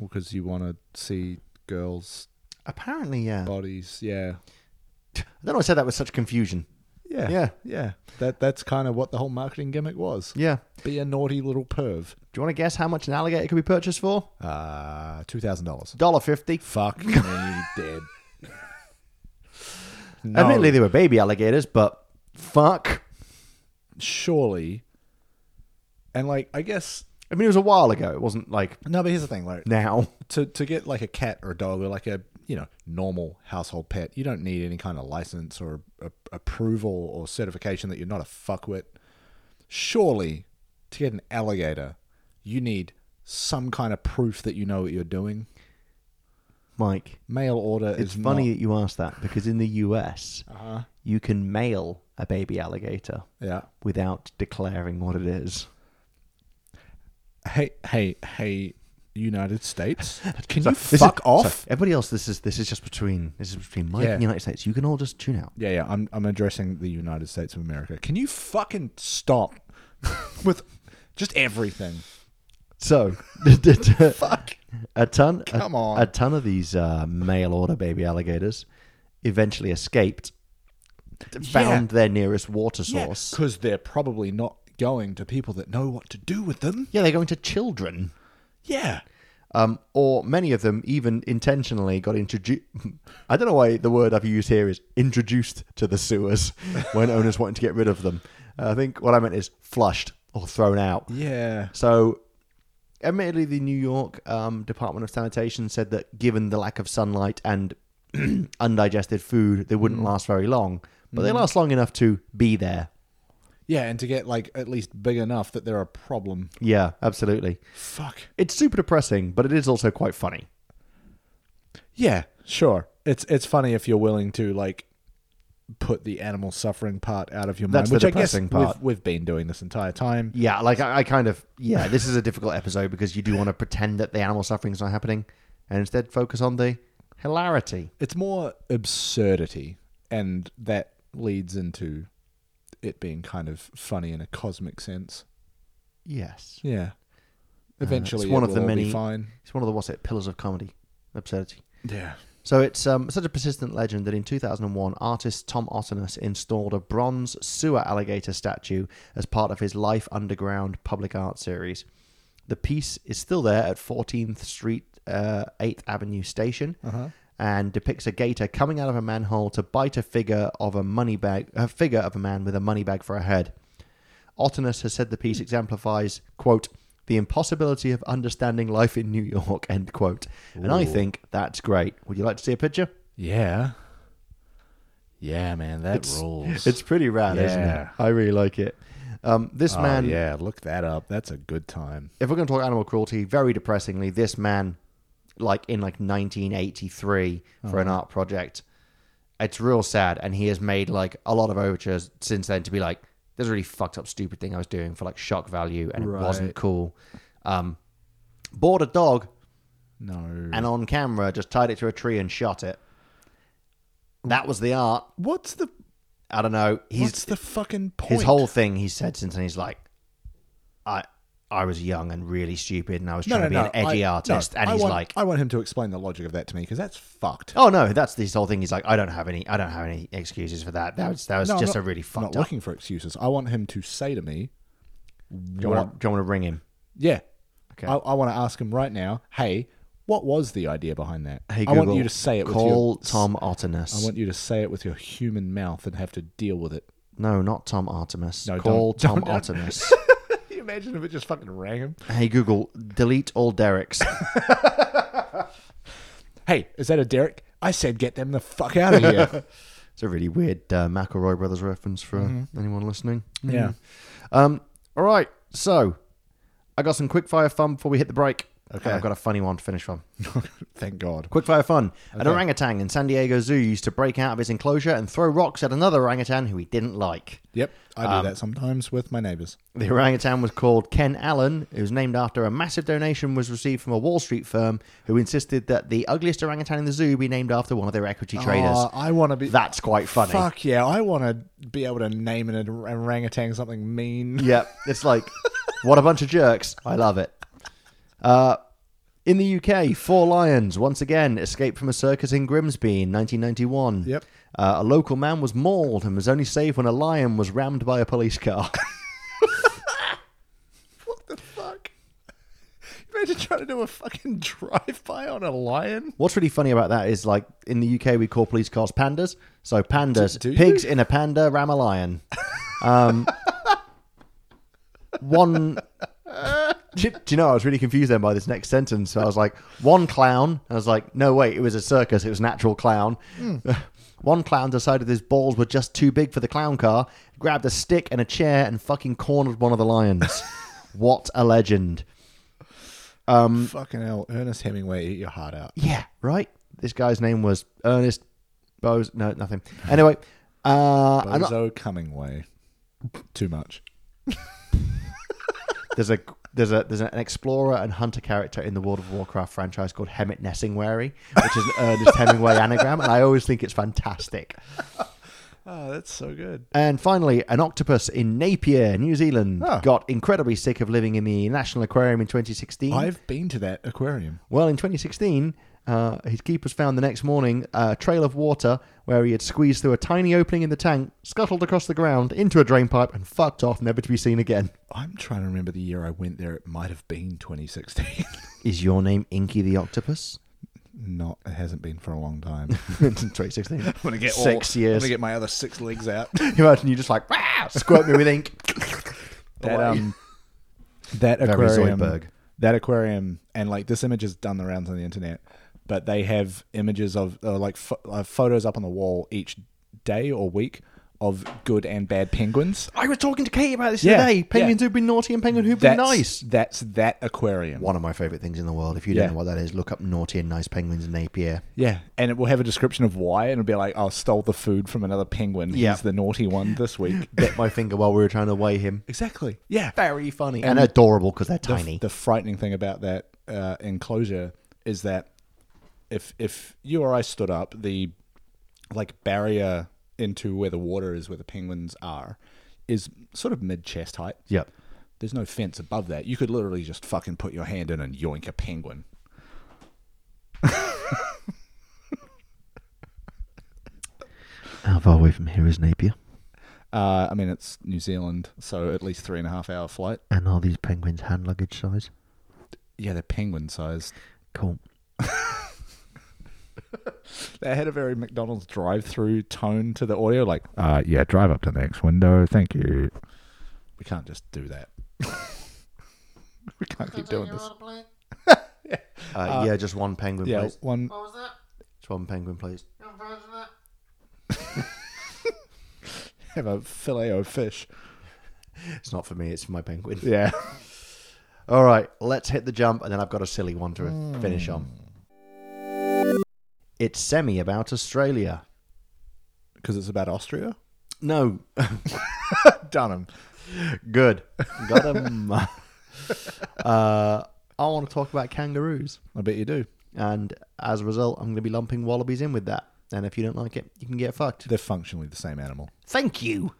Speaker 2: because you want to see girls'
Speaker 1: Apparently, yeah. I
Speaker 2: bodies. Yeah,
Speaker 1: don't know. why I said that with such confusion.
Speaker 2: yeah,
Speaker 1: Yeah.
Speaker 2: yeah. That that's kind of what the whole marketing gimmick was.
Speaker 1: Yeah.
Speaker 2: Be a naughty little perv.
Speaker 1: Do you want to guess how much an alligator could be purchased for?
Speaker 2: Uh two thousand dollars.
Speaker 1: Dollar fifty. <laughs>
Speaker 2: Fuck me, dead. No,
Speaker 1: Admittedly, they were baby alligators, but fuck.
Speaker 2: surely, and like I guess
Speaker 1: I mean, it was a while ago. It wasn't like
Speaker 2: No, but here's the thing, like
Speaker 1: now.
Speaker 2: to to get like a cat or a dog or like a you know normal household pet, you don't need any kind of license or a, approval or certification that you're not a fuckwit. Surely, to get an alligator, you need some kind of proof that you know what you're doing.
Speaker 1: Mike,
Speaker 2: Mail order
Speaker 1: it's
Speaker 2: is
Speaker 1: funny
Speaker 2: not- Uh-huh.
Speaker 1: that you asked that because in the US, you can mail a baby alligator
Speaker 2: yeah.
Speaker 1: without declaring what it is.
Speaker 2: Hey, hey, hey, United States, <laughs> can
Speaker 1: So
Speaker 2: you
Speaker 1: this is-
Speaker 2: fuck off?
Speaker 1: so everybody else, this is this is just between this is between Mike
Speaker 2: Yeah.
Speaker 1: and the United States. You can all just tune out.
Speaker 2: Yeah, yeah. I'm I'm addressing the United States of America. Can you fucking stop <laughs> with just everything?
Speaker 1: <laughs> So,
Speaker 2: <laughs> Fuck.
Speaker 1: a ton, a-
Speaker 2: Come on.
Speaker 1: a ton of these uh, mail order baby alligators eventually escaped, found their nearest water source.
Speaker 2: because they're probably not going to people that know what to do with them.
Speaker 1: Yeah, they're going to children.
Speaker 2: Yeah.
Speaker 1: Um, or many of them even intentionally got introduced. <laughs> I don't know why the word I've used here is introduced to the sewers <laughs> when owners wanted to get rid of them. Uh, I think what I meant is flushed or thrown out.
Speaker 2: Yeah.
Speaker 1: So, admittedly, the New York um, Department of Sanitation said that given the lack of sunlight and <clears throat> undigested food, they wouldn't last very long. But they last long enough to be there.
Speaker 2: Yeah, and to get like at least big enough that they're a problem.
Speaker 1: Yeah, absolutely.
Speaker 2: Fuck.
Speaker 1: It's super depressing, but it is also quite funny.
Speaker 2: Yeah, sure. It's it's funny if you're willing to like put the animal suffering part out of your
Speaker 1: That's the
Speaker 2: mind, which I guess
Speaker 1: depressing
Speaker 2: we've-
Speaker 1: part.
Speaker 2: We've, been doing this entire time.
Speaker 1: Yeah, like I, I kind of yeah. This is a difficult episode because you do want to pretend that the animal suffering is not happening, and instead focus on the hilarity.
Speaker 2: It's more absurdity, and that leads into it being kind of funny in a cosmic sense.
Speaker 1: Yes,
Speaker 2: Yeah. Eventually,
Speaker 1: one
Speaker 2: it
Speaker 1: of the
Speaker 2: will all be
Speaker 1: many-
Speaker 2: fine.
Speaker 1: it's one of the what's it pillars of comedy, absurdity.
Speaker 2: Yeah.
Speaker 1: So it's um, such a persistent legend that in 2001, artist Tom Ottenus installed a bronze sewer alligator statue as part of his Life Underground public art series. The piece is still there at 14th Street, uh, 8th Avenue Station, and depicts a gator coming out of a manhole to bite a figure of a money bag, a figure of a man with a money bag for a head. Ottenus has said the piece exemplifies, quote, the impossibility of understanding life in New York, <laughs> end quote. And I
Speaker 2: Ooh.
Speaker 1: think that's great. Would you like to see a picture?
Speaker 2: Yeah. Yeah, man, that rules.
Speaker 1: It's pretty rad, isn't it?
Speaker 2: Yeah.
Speaker 1: I really like it. Um, this
Speaker 2: Oh,
Speaker 1: man,
Speaker 2: yeah, look that up. That's a good time.
Speaker 1: if we're going to talk animal cruelty, very depressingly, this man, like in like 1983 for an art project, it's real sad, and he has made like a lot of overtures since then to be like, "There's a really fucked up, stupid thing I was doing for like shock value, and it wasn't
Speaker 2: Right.
Speaker 1: cool." Um, bought a dog
Speaker 2: No.
Speaker 1: and on camera just tied it to a tree and shot it. That was the art.
Speaker 2: what's the
Speaker 1: I don't know. He's
Speaker 2: what's the fucking point?
Speaker 1: his whole thing he said since and he's like i i was young and really stupid and i was
Speaker 2: no,
Speaker 1: trying
Speaker 2: no,
Speaker 1: to be an
Speaker 2: no,
Speaker 1: edgy
Speaker 2: I- no,
Speaker 1: artist and
Speaker 2: I
Speaker 1: he's
Speaker 2: want-
Speaker 1: like
Speaker 2: I want him to explain the logic of that to me because that's fucked.
Speaker 1: oh no that's this whole thing he's like i don't have any i don't have any excuses for that that was that was
Speaker 2: No, I'm
Speaker 1: just
Speaker 2: not-
Speaker 1: a really
Speaker 2: I'm not
Speaker 1: fucked up
Speaker 2: looking for excuses. I want him to say to me,
Speaker 1: do you, want to, do you want to ring him
Speaker 2: yeah.
Speaker 1: Okay.
Speaker 2: I, I want to ask him right now. Hey, what was the idea behind that?
Speaker 1: hey
Speaker 2: I
Speaker 1: Google,
Speaker 2: want you to say it.
Speaker 1: call
Speaker 2: with your,
Speaker 1: tom
Speaker 2: I
Speaker 1: artemis
Speaker 2: want you to say it with your human mouth and have to deal with
Speaker 1: <laughs>
Speaker 2: it.
Speaker 1: no not tom artemis
Speaker 2: No,
Speaker 1: call
Speaker 2: don't-
Speaker 1: tom
Speaker 2: don't- don't. <laughs>
Speaker 1: artemis
Speaker 2: Can you imagine if it just fucking rang him?
Speaker 1: hey google delete all derek's
Speaker 2: Hey, is that a Derek? I said get them the fuck out of here.
Speaker 1: it's a really weird uh, mcelroy brothers reference for
Speaker 2: Mm-hmm.
Speaker 1: anyone listening
Speaker 2: <laughs> yeah.
Speaker 1: Um, all right, so I got some quick fire fun before we hit the break. Okay, I've got a funny one to finish on.
Speaker 2: <laughs> Thank God.
Speaker 1: Quick fire fun. An orangutan in San Diego Zoo used to break out of his enclosure and throw rocks at another orangutan who he didn't like.
Speaker 2: Yep. I do that sometimes with my neighbors.
Speaker 1: The orangutan was called Ken Allen. It was named after a massive donation was received from a Wall Street firm who insisted that the ugliest orangutan in the zoo be named after one of their equity traders.
Speaker 2: Oh, I want to be.
Speaker 1: That's quite funny.
Speaker 2: Fuck yeah. I want to be able to name an orang- orangutan something mean.
Speaker 1: Yeah, it's like, what a bunch of jerks. I love it. Uh, in the UK, four lions once again escaped from a circus in Grimsby in 1991.
Speaker 2: Yep.
Speaker 1: Uh, a local man was mauled and was only saved when a lion was rammed by a police car.
Speaker 2: <laughs>
Speaker 1: <laughs>
Speaker 2: What the fuck? Imagine trying to do a fucking <laughs> drive by on a lion.
Speaker 1: What's really funny about that is, like, in the UK, we call police cars pandas. So, pandas,
Speaker 2: Do- do you?
Speaker 1: pigs in a panda ram a lion. Um, one do, you- do you know? I was really confused then by this next sentence. So I was like, one clown. And I was like, no, wait, it was a circus. It was an actual clown. <laughs> one clown decided his balls were just too big for the clown car, grabbed a stick and a chair, and fucking cornered one of the lions. <laughs> what a legend.
Speaker 2: Fucking hell, Ernest Hemingway, eat your heart out.
Speaker 1: Yeah, right. This guy's name was Ernest Bose. No, nothing. Anyway, uh, I'm not- <laughs>
Speaker 2: Bozo Cummingway. Too much.
Speaker 1: there's a there's a there's an explorer and hunter character in the World of Warcraft franchise called Hemet Nessingwary, which is an Ernest Hemingway anagram, and I always think it's fantastic.
Speaker 2: Oh, that's so good.
Speaker 1: And finally, an octopus in Napier, New Zealand,
Speaker 2: Ah.
Speaker 1: got incredibly sick of living in the National Aquarium in 2016.
Speaker 2: I've been to that aquarium.
Speaker 1: Well, in 2016, uh, his keepers found the next morning a trail of water where he had squeezed through a tiny opening in the tank, scuttled across the ground into a drain pipe, and fucked off, never to be seen again.
Speaker 2: I'm trying to remember the year I went there. It might have been 2016.
Speaker 1: Is your name Inky the <laughs> Octopus?
Speaker 2: <laughs> Not. It hasn't been for a long <laughs> time. I'm
Speaker 1: 2016.
Speaker 2: gonna get
Speaker 1: Six
Speaker 2: all-
Speaker 1: years.
Speaker 2: I'm gonna get my other six legs out.
Speaker 1: Imagine you just like "Rah!" squirt me with <laughs> ink.
Speaker 2: that
Speaker 1: Away.
Speaker 2: um, <laughs> that
Speaker 1: Very
Speaker 2: aquarium.
Speaker 1: Zoidberg.
Speaker 2: That aquarium, and like this image is done the rounds on the internet, but they have images of or like pho- uh, photos up on the wall each day or week of good and bad penguins.
Speaker 1: I was talking to Katie about this
Speaker 2: Yeah,
Speaker 1: today.
Speaker 2: yeah.
Speaker 1: Penguins who've been naughty and penguins who've been
Speaker 2: That's
Speaker 1: nice.
Speaker 2: That's that aquarium.
Speaker 1: One of my favourite things in the world. If you
Speaker 2: Yeah.
Speaker 1: don't know what that is, look up naughty and nice penguins in Napier.
Speaker 2: Yeah, and it will have a description of why, and it'll be like, "I stole the food from another penguin.
Speaker 1: Yeah.
Speaker 2: He's the naughty one this week."
Speaker 1: Bit my finger while we were trying to weigh him.
Speaker 2: exactly. Yeah.
Speaker 1: Very funny and, adorable because they're tiny.
Speaker 2: The frightening thing about that uh, enclosure is that if if you or I stood up, the like barrier into where the water is, where the penguins are, is sort of mid chest height.
Speaker 1: yep.
Speaker 2: There's no fence above that. You could literally just fucking put your hand in and yoink a penguin.
Speaker 1: How far away from here is Napier?
Speaker 2: Uh, I mean, it's New Zealand, so at least three and a half hour flight.
Speaker 1: And are these penguins hand luggage size?
Speaker 2: Yeah, they're penguin sized.
Speaker 1: Cool.
Speaker 2: They had a very McDonald's drive-through tone to the audio, like, uh, "Yeah, drive up to the next window, thank you." We can't just do that. <laughs> we can't keep doing this.
Speaker 1: Uh, yeah, just one penguin,
Speaker 2: Yeah,
Speaker 1: please.
Speaker 2: one.
Speaker 3: What was that?
Speaker 1: Just one penguin, please.
Speaker 3: Your version of that?
Speaker 2: Have a fillet of fish.
Speaker 1: It's not for me. It's for my penguin. <laughs>
Speaker 2: Yeah. <laughs>
Speaker 1: All right, let's hit the jump, and then I've got a silly one to finish on. It's semi about Australia.
Speaker 2: Because it's about Austria.
Speaker 1: No,
Speaker 2: Dunham.
Speaker 1: <laughs> good. Got <laughs> 'em. uh, I want to talk about kangaroos,
Speaker 2: I bet you do.
Speaker 1: and as a result, I'm going to be lumping wallabies in with that. And if you don't like it, you can get fucked.
Speaker 2: They're functionally the same animal.
Speaker 1: Thank you.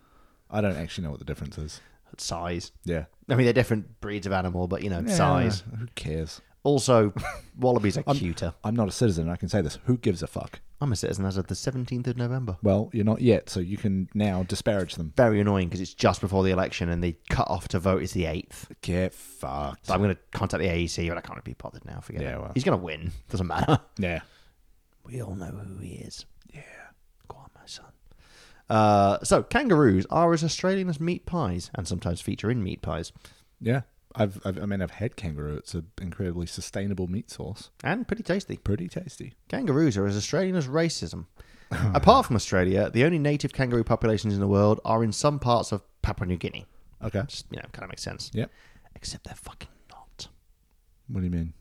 Speaker 2: I don't actually know what the difference is.
Speaker 1: Size.
Speaker 2: Yeah.
Speaker 1: I mean, they're different breeds of animal, but you know, size.
Speaker 2: Who cares? <laughs>
Speaker 1: Also, wallabies are cuter.
Speaker 2: I'm not a citizen. I can say this. Who gives a fuck?
Speaker 1: I'm a citizen as of the 17th of November.
Speaker 2: Well, you're not yet, so you can now disparage them.
Speaker 1: Very annoying because it's just before the election and the cut off to vote is the 8th.
Speaker 2: Get fucked.
Speaker 1: So I'm going to contact the AEC, but I can't be bothered now. Forget
Speaker 2: Yeah,
Speaker 1: it.
Speaker 2: well.
Speaker 1: He's going to win. Doesn't matter. <laughs>
Speaker 2: Yeah.
Speaker 1: We all know who he is.
Speaker 2: Yeah.
Speaker 1: Go on, my son. Uh, so kangaroos are as Australian as meat pies, and sometimes feature in meat pies,
Speaker 2: Yeah, I've, I've I mean I've had kangaroo. It's an incredibly sustainable meat sauce.
Speaker 1: and pretty tasty.
Speaker 2: Pretty tasty.
Speaker 1: Kangaroos are as Australian as racism. Apart from Australia, the only native kangaroo populations in the world are in some parts of Papua New Guinea.
Speaker 2: Okay.
Speaker 1: Just, you know, kind of makes sense.
Speaker 2: Yep.
Speaker 1: Except they're fucking not.
Speaker 2: What do you mean?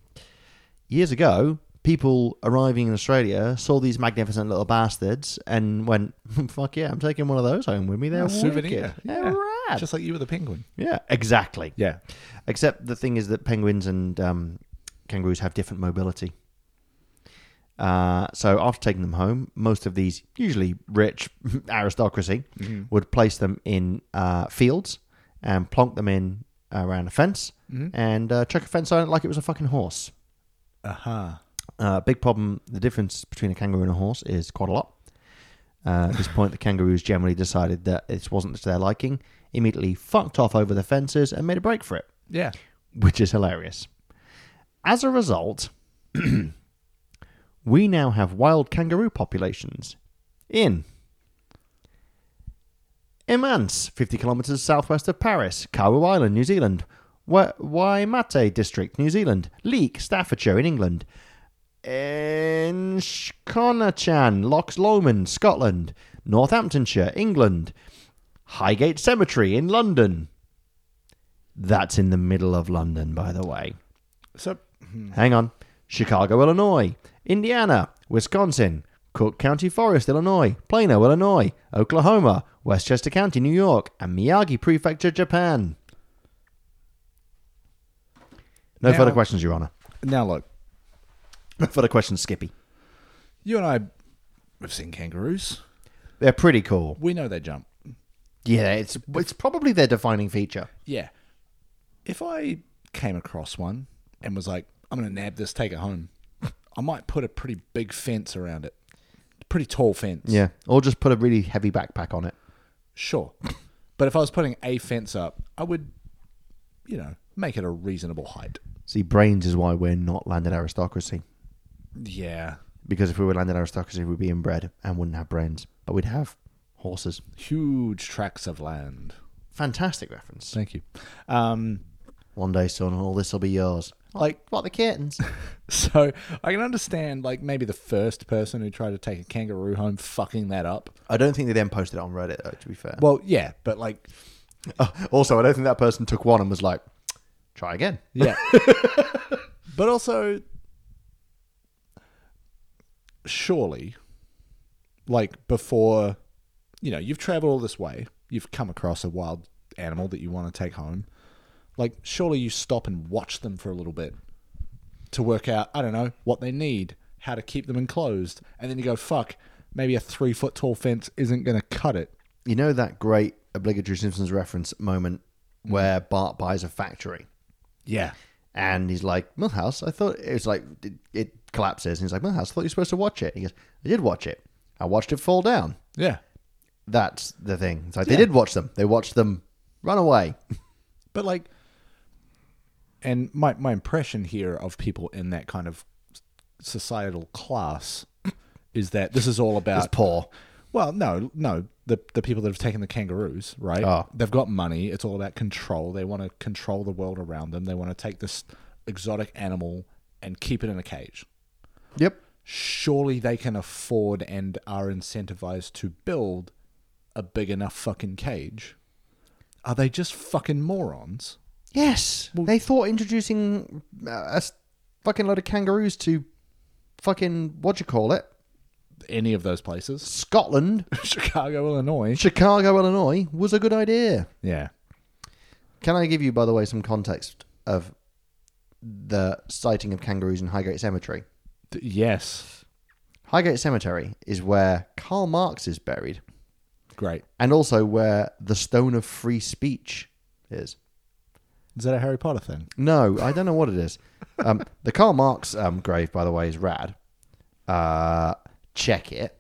Speaker 1: years ago, people arriving in Australia saw these magnificent little bastards and went, <laughs> "Fuck yeah, I'm taking one of those home with me. They're
Speaker 2: A
Speaker 1: wicked. They're rad.
Speaker 2: Just like you with a penguin.
Speaker 1: yeah, exactly.
Speaker 2: Ah, Yeah.
Speaker 1: Except the thing is that penguins and um, kangaroos have different mobility. Uh, so after taking them home, most of these usually rich <laughs> aristocracy
Speaker 2: Mm-hmm.
Speaker 1: would place them in uh, fields and plonk them in around a fence and uh, chuck a fence on it like it was a fucking horse.
Speaker 2: Aha.
Speaker 1: Uh, big problem. The difference between a kangaroo and a horse is quite a lot. Uh, at this point, the kangaroos generally decided that it wasn't to their liking, immediately fucked off over the fences and made a break for it,
Speaker 2: Yeah.
Speaker 1: which is hilarious. As a result, <clears throat> we now have wild kangaroo populations in Immense, 50 kilometres southwest of Paris, Karu Island, New Zealand, Why, why Mate District, New Zealand. Leek, Staffordshire, in England. Inchconachan, Loch Lomond, Scotland. Northamptonshire, England. Highgate Cemetery in London. That's in the middle of London, by the way.
Speaker 2: So
Speaker 1: Hang on. Chicago, Illinois. Indiana. Wisconsin. Cook County Forest, Illinois. Plano, Illinois. Oklahoma. Westchester County, New York. And Miyagi Prefecture, Japan. No
Speaker 2: Now-
Speaker 1: further questions, Your Honor.
Speaker 2: now look,
Speaker 1: <laughs> No further questions, Skippy.
Speaker 2: you and I have seen kangaroos.
Speaker 1: They're pretty cool.
Speaker 2: We know they jump.
Speaker 1: Yeah, it's it's probably their defining feature.
Speaker 2: Yeah. If I came across one and was like, I'm going to nab this, take it home, <laughs> I might put a pretty big fence around it. Pretty tall fence.
Speaker 1: Yeah. Or just put a really heavy backpack on it.
Speaker 2: Sure. But if I was putting a fence up, I would, you know, make it a reasonable height.
Speaker 1: See, brains is why we're not landed aristocracy.
Speaker 2: Yeah.
Speaker 1: Because if we were landed aristocracy, we'd be inbred and wouldn't have brains. But we'd have horses.
Speaker 2: Huge tracts of land.
Speaker 1: Fantastic reference.
Speaker 2: Thank you. Um, <laughs>
Speaker 1: One day, son, all this will be yours. Like, what, the curtains?
Speaker 2: so I can understand, like, maybe the first person who tried to take a kangaroo home fucking that up.
Speaker 1: <laughs> I don't think they then posted it on Reddit, though, to be fair.
Speaker 2: Well, yeah, but like,
Speaker 1: Uh, also, I don't think that person took one and was like, try again.
Speaker 2: Yeah. <laughs> but also, surely, like before, you know, you've traveled all this way, you've come across a wild animal that you want to take home. Like, surely you stop and watch them for a little bit to work out, I don't know, what they need, how to keep them enclosed. And then you go, fuck, maybe a three foot tall fence isn't going to cut it.
Speaker 1: You know that great obligatory Simpsons reference moment where Bart buys a factory?
Speaker 2: Yeah.
Speaker 1: And he's like, Millhouse, I thought it was like, it, it collapses. And he's like, Millhouse, I thought you were supposed to watch it. He goes, I did watch it. I watched it fall down.
Speaker 2: Yeah.
Speaker 1: That's the thing. It's like, they did watch them. They watched them run away.
Speaker 2: But like, and my my impression here of people in that kind of societal class is that this is all
Speaker 1: It's
Speaker 2: about.
Speaker 1: poor.
Speaker 2: Well, no, no, the the people that have taken the kangaroos, right?
Speaker 1: Oh.
Speaker 2: They've got money. It's all about control. They want to control the world around them. They want to take this exotic animal and keep it in a cage.
Speaker 1: Yep.
Speaker 2: Surely they can afford and are incentivized to build a big enough fucking cage. Are they just fucking morons?
Speaker 1: Yes, they thought introducing uh, a s- fucking load of kangaroos to fucking what you call it,
Speaker 2: any of those places.
Speaker 1: Scotland,
Speaker 2: <laughs>
Speaker 1: <laughs>
Speaker 2: Chicago, Illinois.
Speaker 1: Chicago, Illinois, was a good idea.
Speaker 2: Yeah.
Speaker 1: Can I give you, by the way, some context of the sighting of kangaroos in Highgate Cemetery?
Speaker 2: D- yes.
Speaker 1: Highgate Cemetery is where Karl Marx is buried,
Speaker 2: Great.
Speaker 1: and also where the Stone of Free Speech is.
Speaker 2: Is that a Harry Potter thing?
Speaker 1: No, I don't know what it is. Um, the Karl Marx um, grave, by the way, is rad. Uh, check it.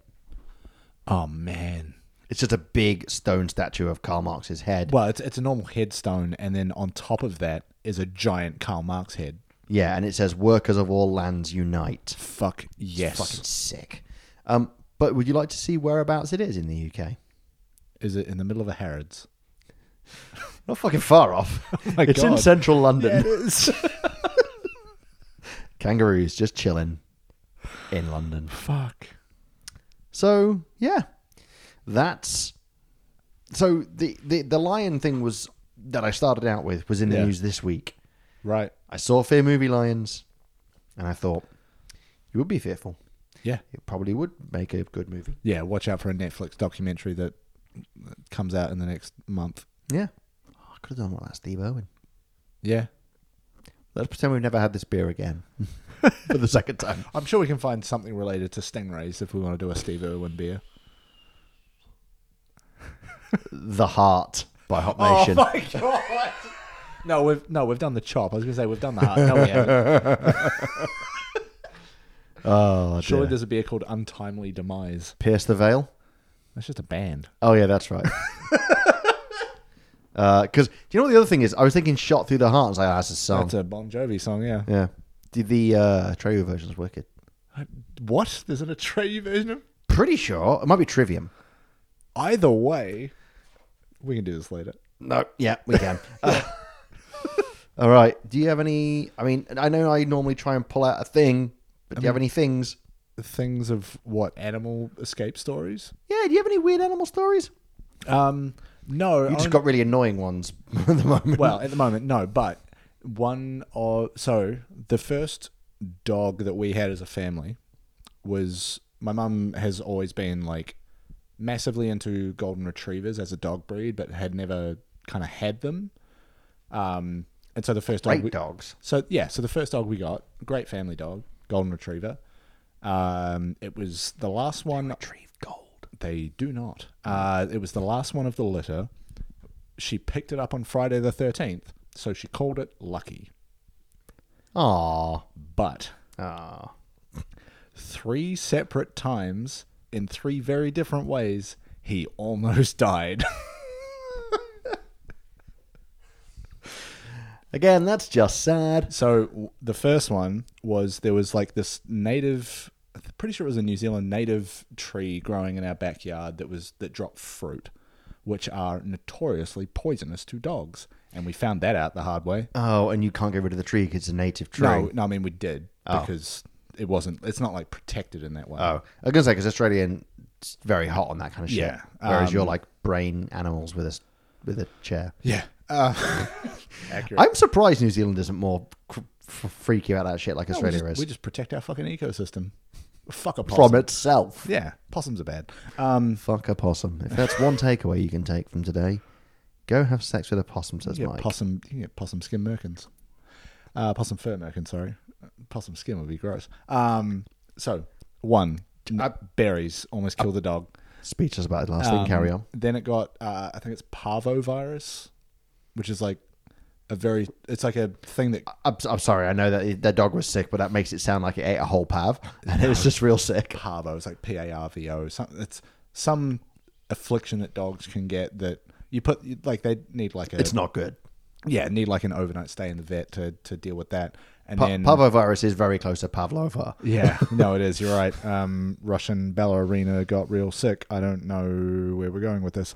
Speaker 2: Oh man.
Speaker 1: It's just a big stone statue of Karl Marx's head.
Speaker 2: Well, it's it's a normal headstone, and then on top of that is a giant Karl Marx head.
Speaker 1: Yeah, and it says "Workers of all lands unite."
Speaker 2: Fuck yes.
Speaker 1: Fucking sick. Um, but would you like to see whereabouts it is in the UK?
Speaker 2: Is it in the middle of a <laughs> Harrods?
Speaker 1: Not fucking far
Speaker 2: <laughs>
Speaker 1: off.
Speaker 2: Oh my
Speaker 1: it's in
Speaker 2: God.
Speaker 1: central London.
Speaker 2: is.
Speaker 1: Kangaroos just chilling in London.
Speaker 2: Fuck.
Speaker 1: So yeah, that's so the the the lion thing was that I started out with was in the
Speaker 2: Yeah.
Speaker 1: news this week.
Speaker 2: Right.
Speaker 1: I saw Fear Movie Lions, and I thought you would be fearful.
Speaker 2: Yeah.
Speaker 1: It probably would make a good movie.
Speaker 2: Yeah. Watch out for a Netflix documentary that that comes out in the next month.
Speaker 1: Yeah. Oh, I could have done what that Steve Owen.
Speaker 2: Yeah.
Speaker 1: Let's pretend we've never had this beer <laughs> again for the second time.
Speaker 2: I'm sure we can find something related to stingrays if we want to do a Steve Irwin beer.
Speaker 1: The Heart by <laughs> Hot Nation.
Speaker 2: Oh my god! No, we've no, we've done the chop. I was gonna say we've done the heart. No,
Speaker 1: <laughs>
Speaker 2: we haven't.
Speaker 1: Oh,
Speaker 2: Surely
Speaker 1: dear.
Speaker 2: there's a beer called Untimely Demise.
Speaker 1: Pierce the Veil.
Speaker 2: That's just a band.
Speaker 1: Oh, yeah, that's <laughs> right. Because do you know what the other thing is? I was thinking Shot Through the Heart. I was like, oh, that's a song.
Speaker 2: That's a Bon Jovi song. Yeah.
Speaker 1: yeah. The, the uh, Treyu version's wicked.
Speaker 2: What? There's an Atreyu version of?
Speaker 1: Pretty sure. It might be Trivium.
Speaker 2: Either way, we can do this later.
Speaker 1: <laughs> No. Yeah, we can. Uh, All right. Do you have any? I mean, I know I normally try and pull out a thing, but do you have any things?
Speaker 2: Things of what animal escape stories?
Speaker 1: Yeah. Do you have any weird animal stories?
Speaker 2: Um, no,
Speaker 1: You
Speaker 2: only-
Speaker 1: just got really annoying ones <laughs> at the moment.
Speaker 2: well at the moment no, but one of so the first dog that we had as a family was my mum has always been like massively into golden retrievers as a dog breed, but had never kind of had them. Um, and so the first dog
Speaker 1: Great
Speaker 2: we-
Speaker 1: dogs.
Speaker 2: So yeah, so the first dog we got, great family dog, golden retriever. Um, it was the last one.
Speaker 1: Retrieve gold.
Speaker 2: They do not. Uh, it was the last one of the litter. She picked it up on Friday the thirteenth, so she called it lucky.
Speaker 1: Ah.
Speaker 2: But
Speaker 1: Ah.
Speaker 2: three separate times in three very different ways, he almost <laughs> died.
Speaker 1: Again, that's just sad.
Speaker 2: So w- the first one was there was like this native, I'm pretty sure it was a New Zealand native tree growing in our backyard that was that dropped fruit, which are notoriously poisonous to dogs, and we found that out the hard way.
Speaker 1: Oh, and you can't get rid of the tree because it's a native tree.
Speaker 2: No, no, I mean we did because it wasn't. It's not like protected in that way.
Speaker 1: Oh, I was gonna say because Australian, it's very hot on that kind of shit.
Speaker 2: Yeah,
Speaker 1: Whereas you're like brain animals with a s- with a chair.
Speaker 2: yeah, uh, accurate.
Speaker 1: I'm surprised New Zealand isn't more cr- f- freaky about that shit like
Speaker 2: Uh, we,
Speaker 1: Australia
Speaker 2: just,
Speaker 1: is
Speaker 2: we just protect our fucking ecosystem. Fuck a possum.
Speaker 1: from itself.
Speaker 2: Yeah, possums are bad. Um,
Speaker 1: Fuck a possum. If that's one takeaway you can take from today, go have sex with a possum, says
Speaker 2: Yeah,
Speaker 1: Mike.
Speaker 2: possum. You can get possum skin merkins. Uh, possum fur merkin, sorry. Possum skin would be gross. Um, so one uh, berries almost kill the dog.
Speaker 1: Speechless about it last
Speaker 2: Um,
Speaker 1: thing. uh, Carry on.
Speaker 2: Then it got, uh, I think it's parvo virus, which is like a very. It's like a thing that
Speaker 1: I'm, s- I'm sorry. I know that it- that dog was sick, but that makes it sound like it ate a whole <laughs> pav, and it was just real sick.
Speaker 2: parvo. It's like P A R V O. Some it's some affliction that dogs can get that you put like they need like a
Speaker 1: It's not good.
Speaker 2: yeah need like an overnight stay in the vet to to deal with that. And
Speaker 1: Pa-
Speaker 2: then
Speaker 1: Parvovirus is very close to pavlova.
Speaker 2: Yeah, no, it is. You're right. Um, Russian ballerina got real sick. I don't know where we're going with this.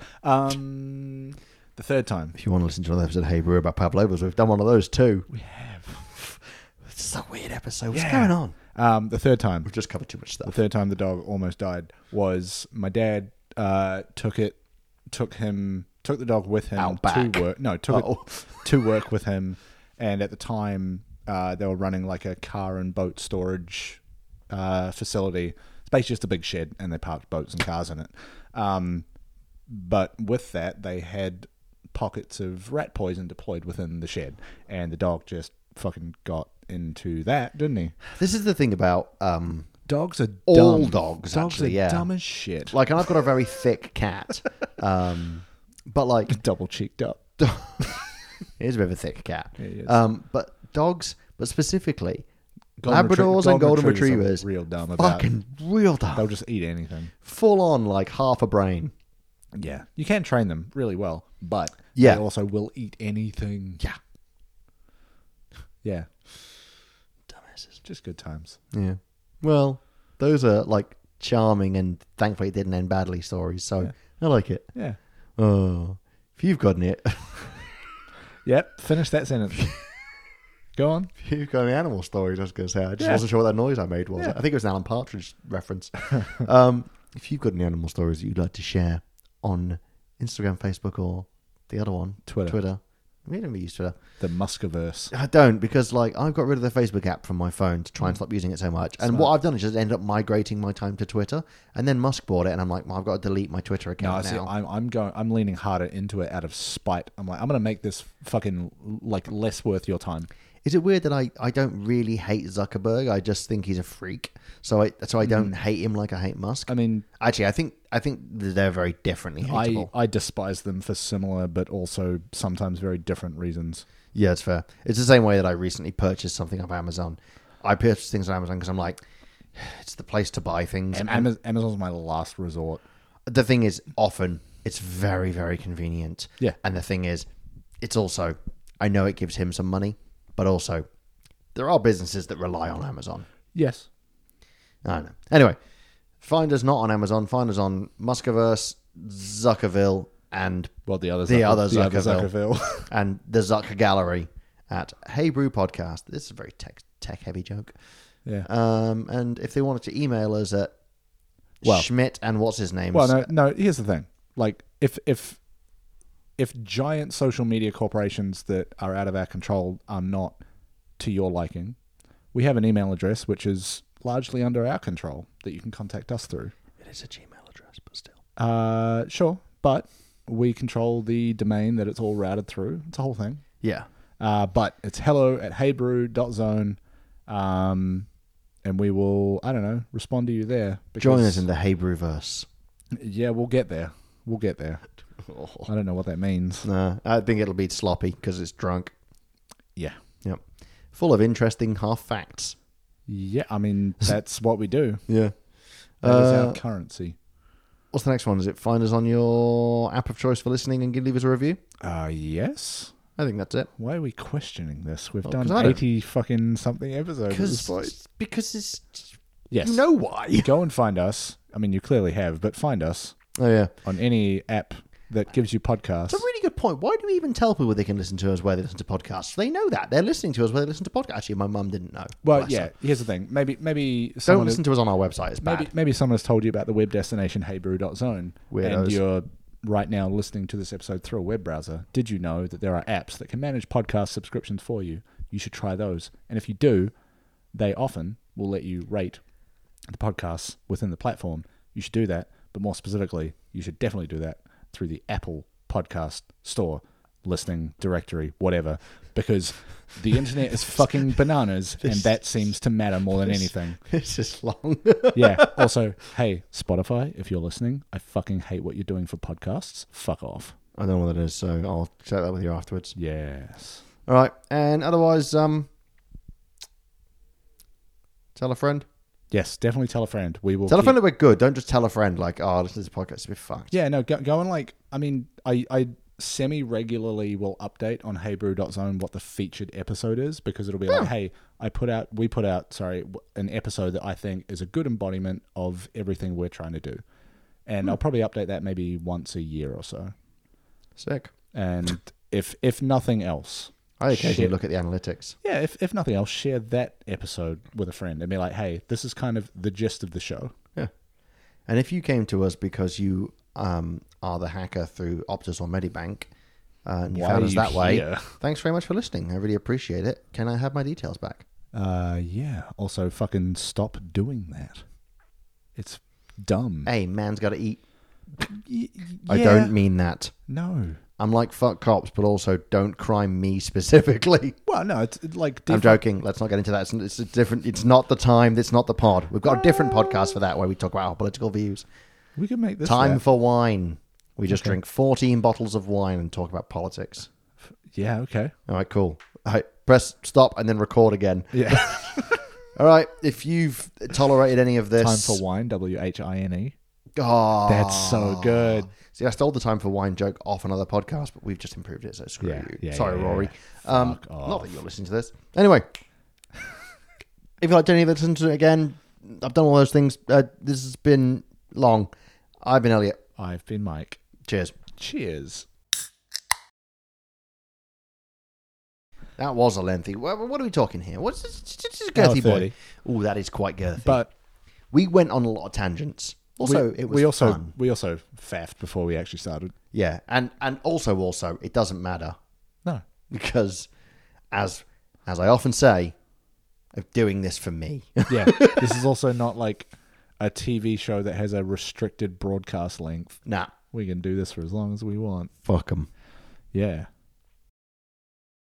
Speaker 2: Um, the third time.
Speaker 1: If you want to listen to another episode of Hey Brew about pavlovas, we've done one of those too.
Speaker 2: We have.
Speaker 1: This is a weird episode. What's
Speaker 2: Yeah.
Speaker 1: going on?
Speaker 2: Um, the third time.
Speaker 1: We've just covered too much
Speaker 2: The
Speaker 1: stuff.
Speaker 2: third time the dog almost died was my dad uh, took it, took him, took the dog with him
Speaker 1: Out back.
Speaker 2: to work. No, took
Speaker 1: Oh.
Speaker 2: it <laughs> to work with him. And at the time, uh, they were running like a car and boat storage uh, facility. It's basically just a big shed, and they parked boats and cars in it. Um, but with that, they had pockets of rat poison deployed within the shed, and the dog just fucking got into that, didn't he?
Speaker 1: This is the thing about um,
Speaker 2: Dogs are
Speaker 1: All
Speaker 2: dumb.
Speaker 1: dogs,
Speaker 2: Dogs
Speaker 1: actually,
Speaker 2: are
Speaker 1: yeah.
Speaker 2: dumb as shit.
Speaker 1: like, and I've got a very thick cat, um, but like
Speaker 2: double cheeked up.
Speaker 1: it is a bit of a thick cat.
Speaker 2: it is.
Speaker 1: um, but dogs, but specifically
Speaker 2: Golden retrie-
Speaker 1: Labradors and Golden Retrievers,
Speaker 2: are real dumb about. it.
Speaker 1: fucking real dumb,
Speaker 2: They'll just eat anything.
Speaker 1: full on like half a brain.
Speaker 2: Yeah, you can train them really well, but
Speaker 1: Yeah.
Speaker 2: they also will eat anything. Yeah, yeah,
Speaker 1: Dumbasses.
Speaker 2: just good times.
Speaker 1: Yeah. Well, those are like charming and thankfully it didn't end badly stories. So I like it.
Speaker 2: Yeah.
Speaker 1: Oh, if you've got any,
Speaker 2: Yep. Finish that sentence. Go on.
Speaker 1: if you've got any animal stories, I was going to say, I just
Speaker 2: Yeah.
Speaker 1: wasn't sure what that noise I made was.
Speaker 2: Yeah.
Speaker 1: I think it was an Alan Partridge
Speaker 2: <laughs>
Speaker 1: reference. um, if you've got any animal stories that you'd like to share on Instagram, Facebook, or the other one,
Speaker 2: Twitter.
Speaker 1: Twitter. We don't use Twitter.
Speaker 2: The Muskiverse.
Speaker 1: I don't because like I've got rid of the Facebook app from my phone to try
Speaker 2: Mm.
Speaker 1: and stop using it so much. And what I've done is just ended up migrating my time to Twitter. And then Musk bought it, and I'm like, well, I've got to delete my Twitter
Speaker 2: No, I
Speaker 1: account
Speaker 2: see.
Speaker 1: now.
Speaker 2: I'm, I'm going. I'm leaning harder into it out of spite. I'm like, I'm gonna make this fucking like less worth your time.
Speaker 1: Is it weird that I, I don't really hate Zuckerberg? I just think he's a freak. So I so
Speaker 2: Mm.
Speaker 1: I don't hate him like I hate Musk.
Speaker 2: I mean,
Speaker 1: Actually, I think I think they're very differently hateable.
Speaker 2: I, I despise them for similar but also sometimes very different reasons.
Speaker 1: Yeah, it's fair. It's the same way that I recently purchased something off Amazon. I purchased things on Amazon because I'm like, <sighs> it's the place to buy things.
Speaker 2: And Ama- Amazon's my last resort.
Speaker 1: the thing is often it's very very convenient
Speaker 2: Yeah.
Speaker 1: and the thing is it's also i know it gives him some money but also there are businesses that rely on amazon
Speaker 2: Yes.
Speaker 1: i don't know anyway find us not on amazon find us on muskiverse zuckerville and
Speaker 2: Well, the other
Speaker 1: The
Speaker 2: Zucker-
Speaker 1: other
Speaker 2: the
Speaker 1: Zuckerville.
Speaker 2: <laughs> Zuckerville.
Speaker 1: and the zucker gallery at Hey Brew Podcast. This is a very tech tech heavy joke.
Speaker 2: Yeah.
Speaker 1: Um, and if they wanted to email us at
Speaker 2: Well-
Speaker 1: Schmidt and what's his name?
Speaker 2: Well, no, no. Here's the thing: like, if if if giant social media corporations that are out of our control are not to your liking, we have an email address which is largely under our control that you can contact us through.
Speaker 1: it is a Gmail address, but still.
Speaker 2: Uh, sure, but we control the domain that it's all routed through. It's a whole thing.
Speaker 1: Yeah.
Speaker 2: Uh, but it's hello at heybrew.zone. Um, and we will, I don't know, respond to you there.
Speaker 1: Join us in the Hey Brew verse.
Speaker 2: <laughs> Yeah, we'll get there. We'll
Speaker 1: <laughs>
Speaker 2: get there. I don't know what that means.
Speaker 1: No, Uh, I think it'll be sloppy because it's drunk.
Speaker 2: Yeah.
Speaker 1: Yep. Full of interesting half facts.
Speaker 2: Yeah, I mean, that's what we do.
Speaker 1: Yeah.
Speaker 2: That is our
Speaker 1: Uh,
Speaker 2: currency.
Speaker 1: What's the next one? Is it find us on your app of choice for listening and give, leave us a review?
Speaker 2: Uh, yes.
Speaker 1: I think that's it.
Speaker 2: Why are we questioning this? We've
Speaker 1: Well, 'cause Oh, I
Speaker 2: done
Speaker 1: don't-
Speaker 2: 80 fucking something episodes. at this point.
Speaker 1: Because because it's
Speaker 2: Yes.
Speaker 1: you know why.
Speaker 2: Go and find us. I mean, you clearly have, but find us
Speaker 1: Oh yeah,
Speaker 2: on any app that gives you podcasts.
Speaker 1: it's a really good point. Why do we even tell people they can listen to us where they listen to podcasts? They know that they're listening to us where they listen to podcasts. Actually, my mum didn't know.
Speaker 2: Well,
Speaker 1: Bless
Speaker 2: yeah.
Speaker 1: her.
Speaker 2: Here's the thing. Maybe maybe
Speaker 1: Don't
Speaker 2: someone
Speaker 1: listen to us on our website. It's bad. <laughs>
Speaker 2: maybe, maybe someone has told you about the web destination heybrew.zone
Speaker 1: Weirdos.
Speaker 2: and you're right now listening to this episode through a web browser. Did you know that there are apps that can manage podcast subscriptions for you? You should try those. And if you do, they often will let you rate the podcasts within the platform. You should do that, but more specifically, you should definitely do that through the Apple Podcast Store listening directory, whatever, because the internet is fucking bananas, and that seems to matter more than anything
Speaker 1: This is long.
Speaker 2: yeah. Also, hey, Spotify, if you're listening, I fucking hate what you're doing for podcasts. Fuck off.
Speaker 1: I don't know what that is, so I'll check that with you afterwards.
Speaker 2: Yes.
Speaker 1: All right, and otherwise, um, tell a friend.
Speaker 2: Yes, definitely tell a friend. We will
Speaker 1: Tell a
Speaker 2: keep-
Speaker 1: friend that we're good. Don't just tell a friend like, "Oh, listen to this podcast, it's a bit fucked."
Speaker 2: Yeah, no, go, go and like I mean, I I semi regularly will update on heybrew.zone what the featured episode is because it'll be like, hey, I put out we put out, sorry, w- an episode that I think is a good embodiment of everything we're trying to do.
Speaker 1: Hmm.
Speaker 2: And I'll probably update that maybe once a year or so.
Speaker 1: Sick.
Speaker 2: And if if nothing else,
Speaker 1: I occasionally
Speaker 2: Shit.
Speaker 1: look at the analytics.
Speaker 2: Yeah, if, if nothing else, share that episode with a friend and be like, hey, this is kind of the gist of the show.
Speaker 1: Yeah. And if you came to us because you um, are the hacker through Optus or Medibank, uh, and you
Speaker 2: Why
Speaker 1: found
Speaker 2: are
Speaker 1: us
Speaker 2: you
Speaker 1: that way,
Speaker 2: here? <laughs>
Speaker 1: thanks very much for listening. I really appreciate it. Can I have my details back?
Speaker 2: Uh, yeah. Also, fucking stop doing that. It's dumb.
Speaker 1: Hey, man's got to eat. Eh,
Speaker 2: Y-
Speaker 1: I
Speaker 2: yeah.
Speaker 1: don't mean that.
Speaker 2: No.
Speaker 1: I'm like fuck cops, but also don't crime me <laughs> specifically.
Speaker 2: Well, no, it's it's like.
Speaker 1: I'm
Speaker 2: def-
Speaker 1: joking. Let's not get into that. It's, it's a different. It's not the time. It's not the pod. We've got a different podcast for that where we talk about our political views.
Speaker 2: we could make this
Speaker 1: Time
Speaker 2: that.
Speaker 1: for wine. We just drink 14 bottles of wine and talk about politics.
Speaker 2: yeah,
Speaker 1: <laughs>
Speaker 2: okay.
Speaker 1: All right, cool. All right, press stop and then record again.
Speaker 2: Yeah.
Speaker 1: All right, if you've tolerated any of this,
Speaker 2: Time for wine, W H I N E.
Speaker 1: Oh,
Speaker 2: That's so good.
Speaker 1: See, I stole the time for wine joke off another podcast, but we've just improved it. So screw
Speaker 2: Yeah,
Speaker 1: you.
Speaker 2: yeah,
Speaker 1: Sorry,
Speaker 2: yeah, yeah.
Speaker 1: Rory. Um,
Speaker 2: Fuck
Speaker 1: not
Speaker 2: off.
Speaker 1: that you're listening to this. Anyway, if you like to any of it, listen to it again. I've done all those things. Uh, this has been long. I've been Elliot.
Speaker 2: I've been Mike.
Speaker 1: Cheers.
Speaker 2: Cheers.
Speaker 1: That was a lengthy. What, what are we talking here? What's this? This is a girthy boy.
Speaker 2: Hour 30.
Speaker 1: Oh, that is quite girthy.
Speaker 2: But
Speaker 1: we went on a lot of tangents. Also,
Speaker 2: we,
Speaker 1: it was
Speaker 2: we also
Speaker 1: fun.
Speaker 2: we also faffed before we actually started.
Speaker 1: Yeah, and and also also it doesn't matter
Speaker 2: No.
Speaker 1: because as as I often say, of doing this for me. <laughs>
Speaker 2: Yeah. this is also not like a TV show that has a restricted broadcast length.
Speaker 1: nah,
Speaker 2: We can do this for as long as we want.
Speaker 1: fuck them.
Speaker 2: Yeah.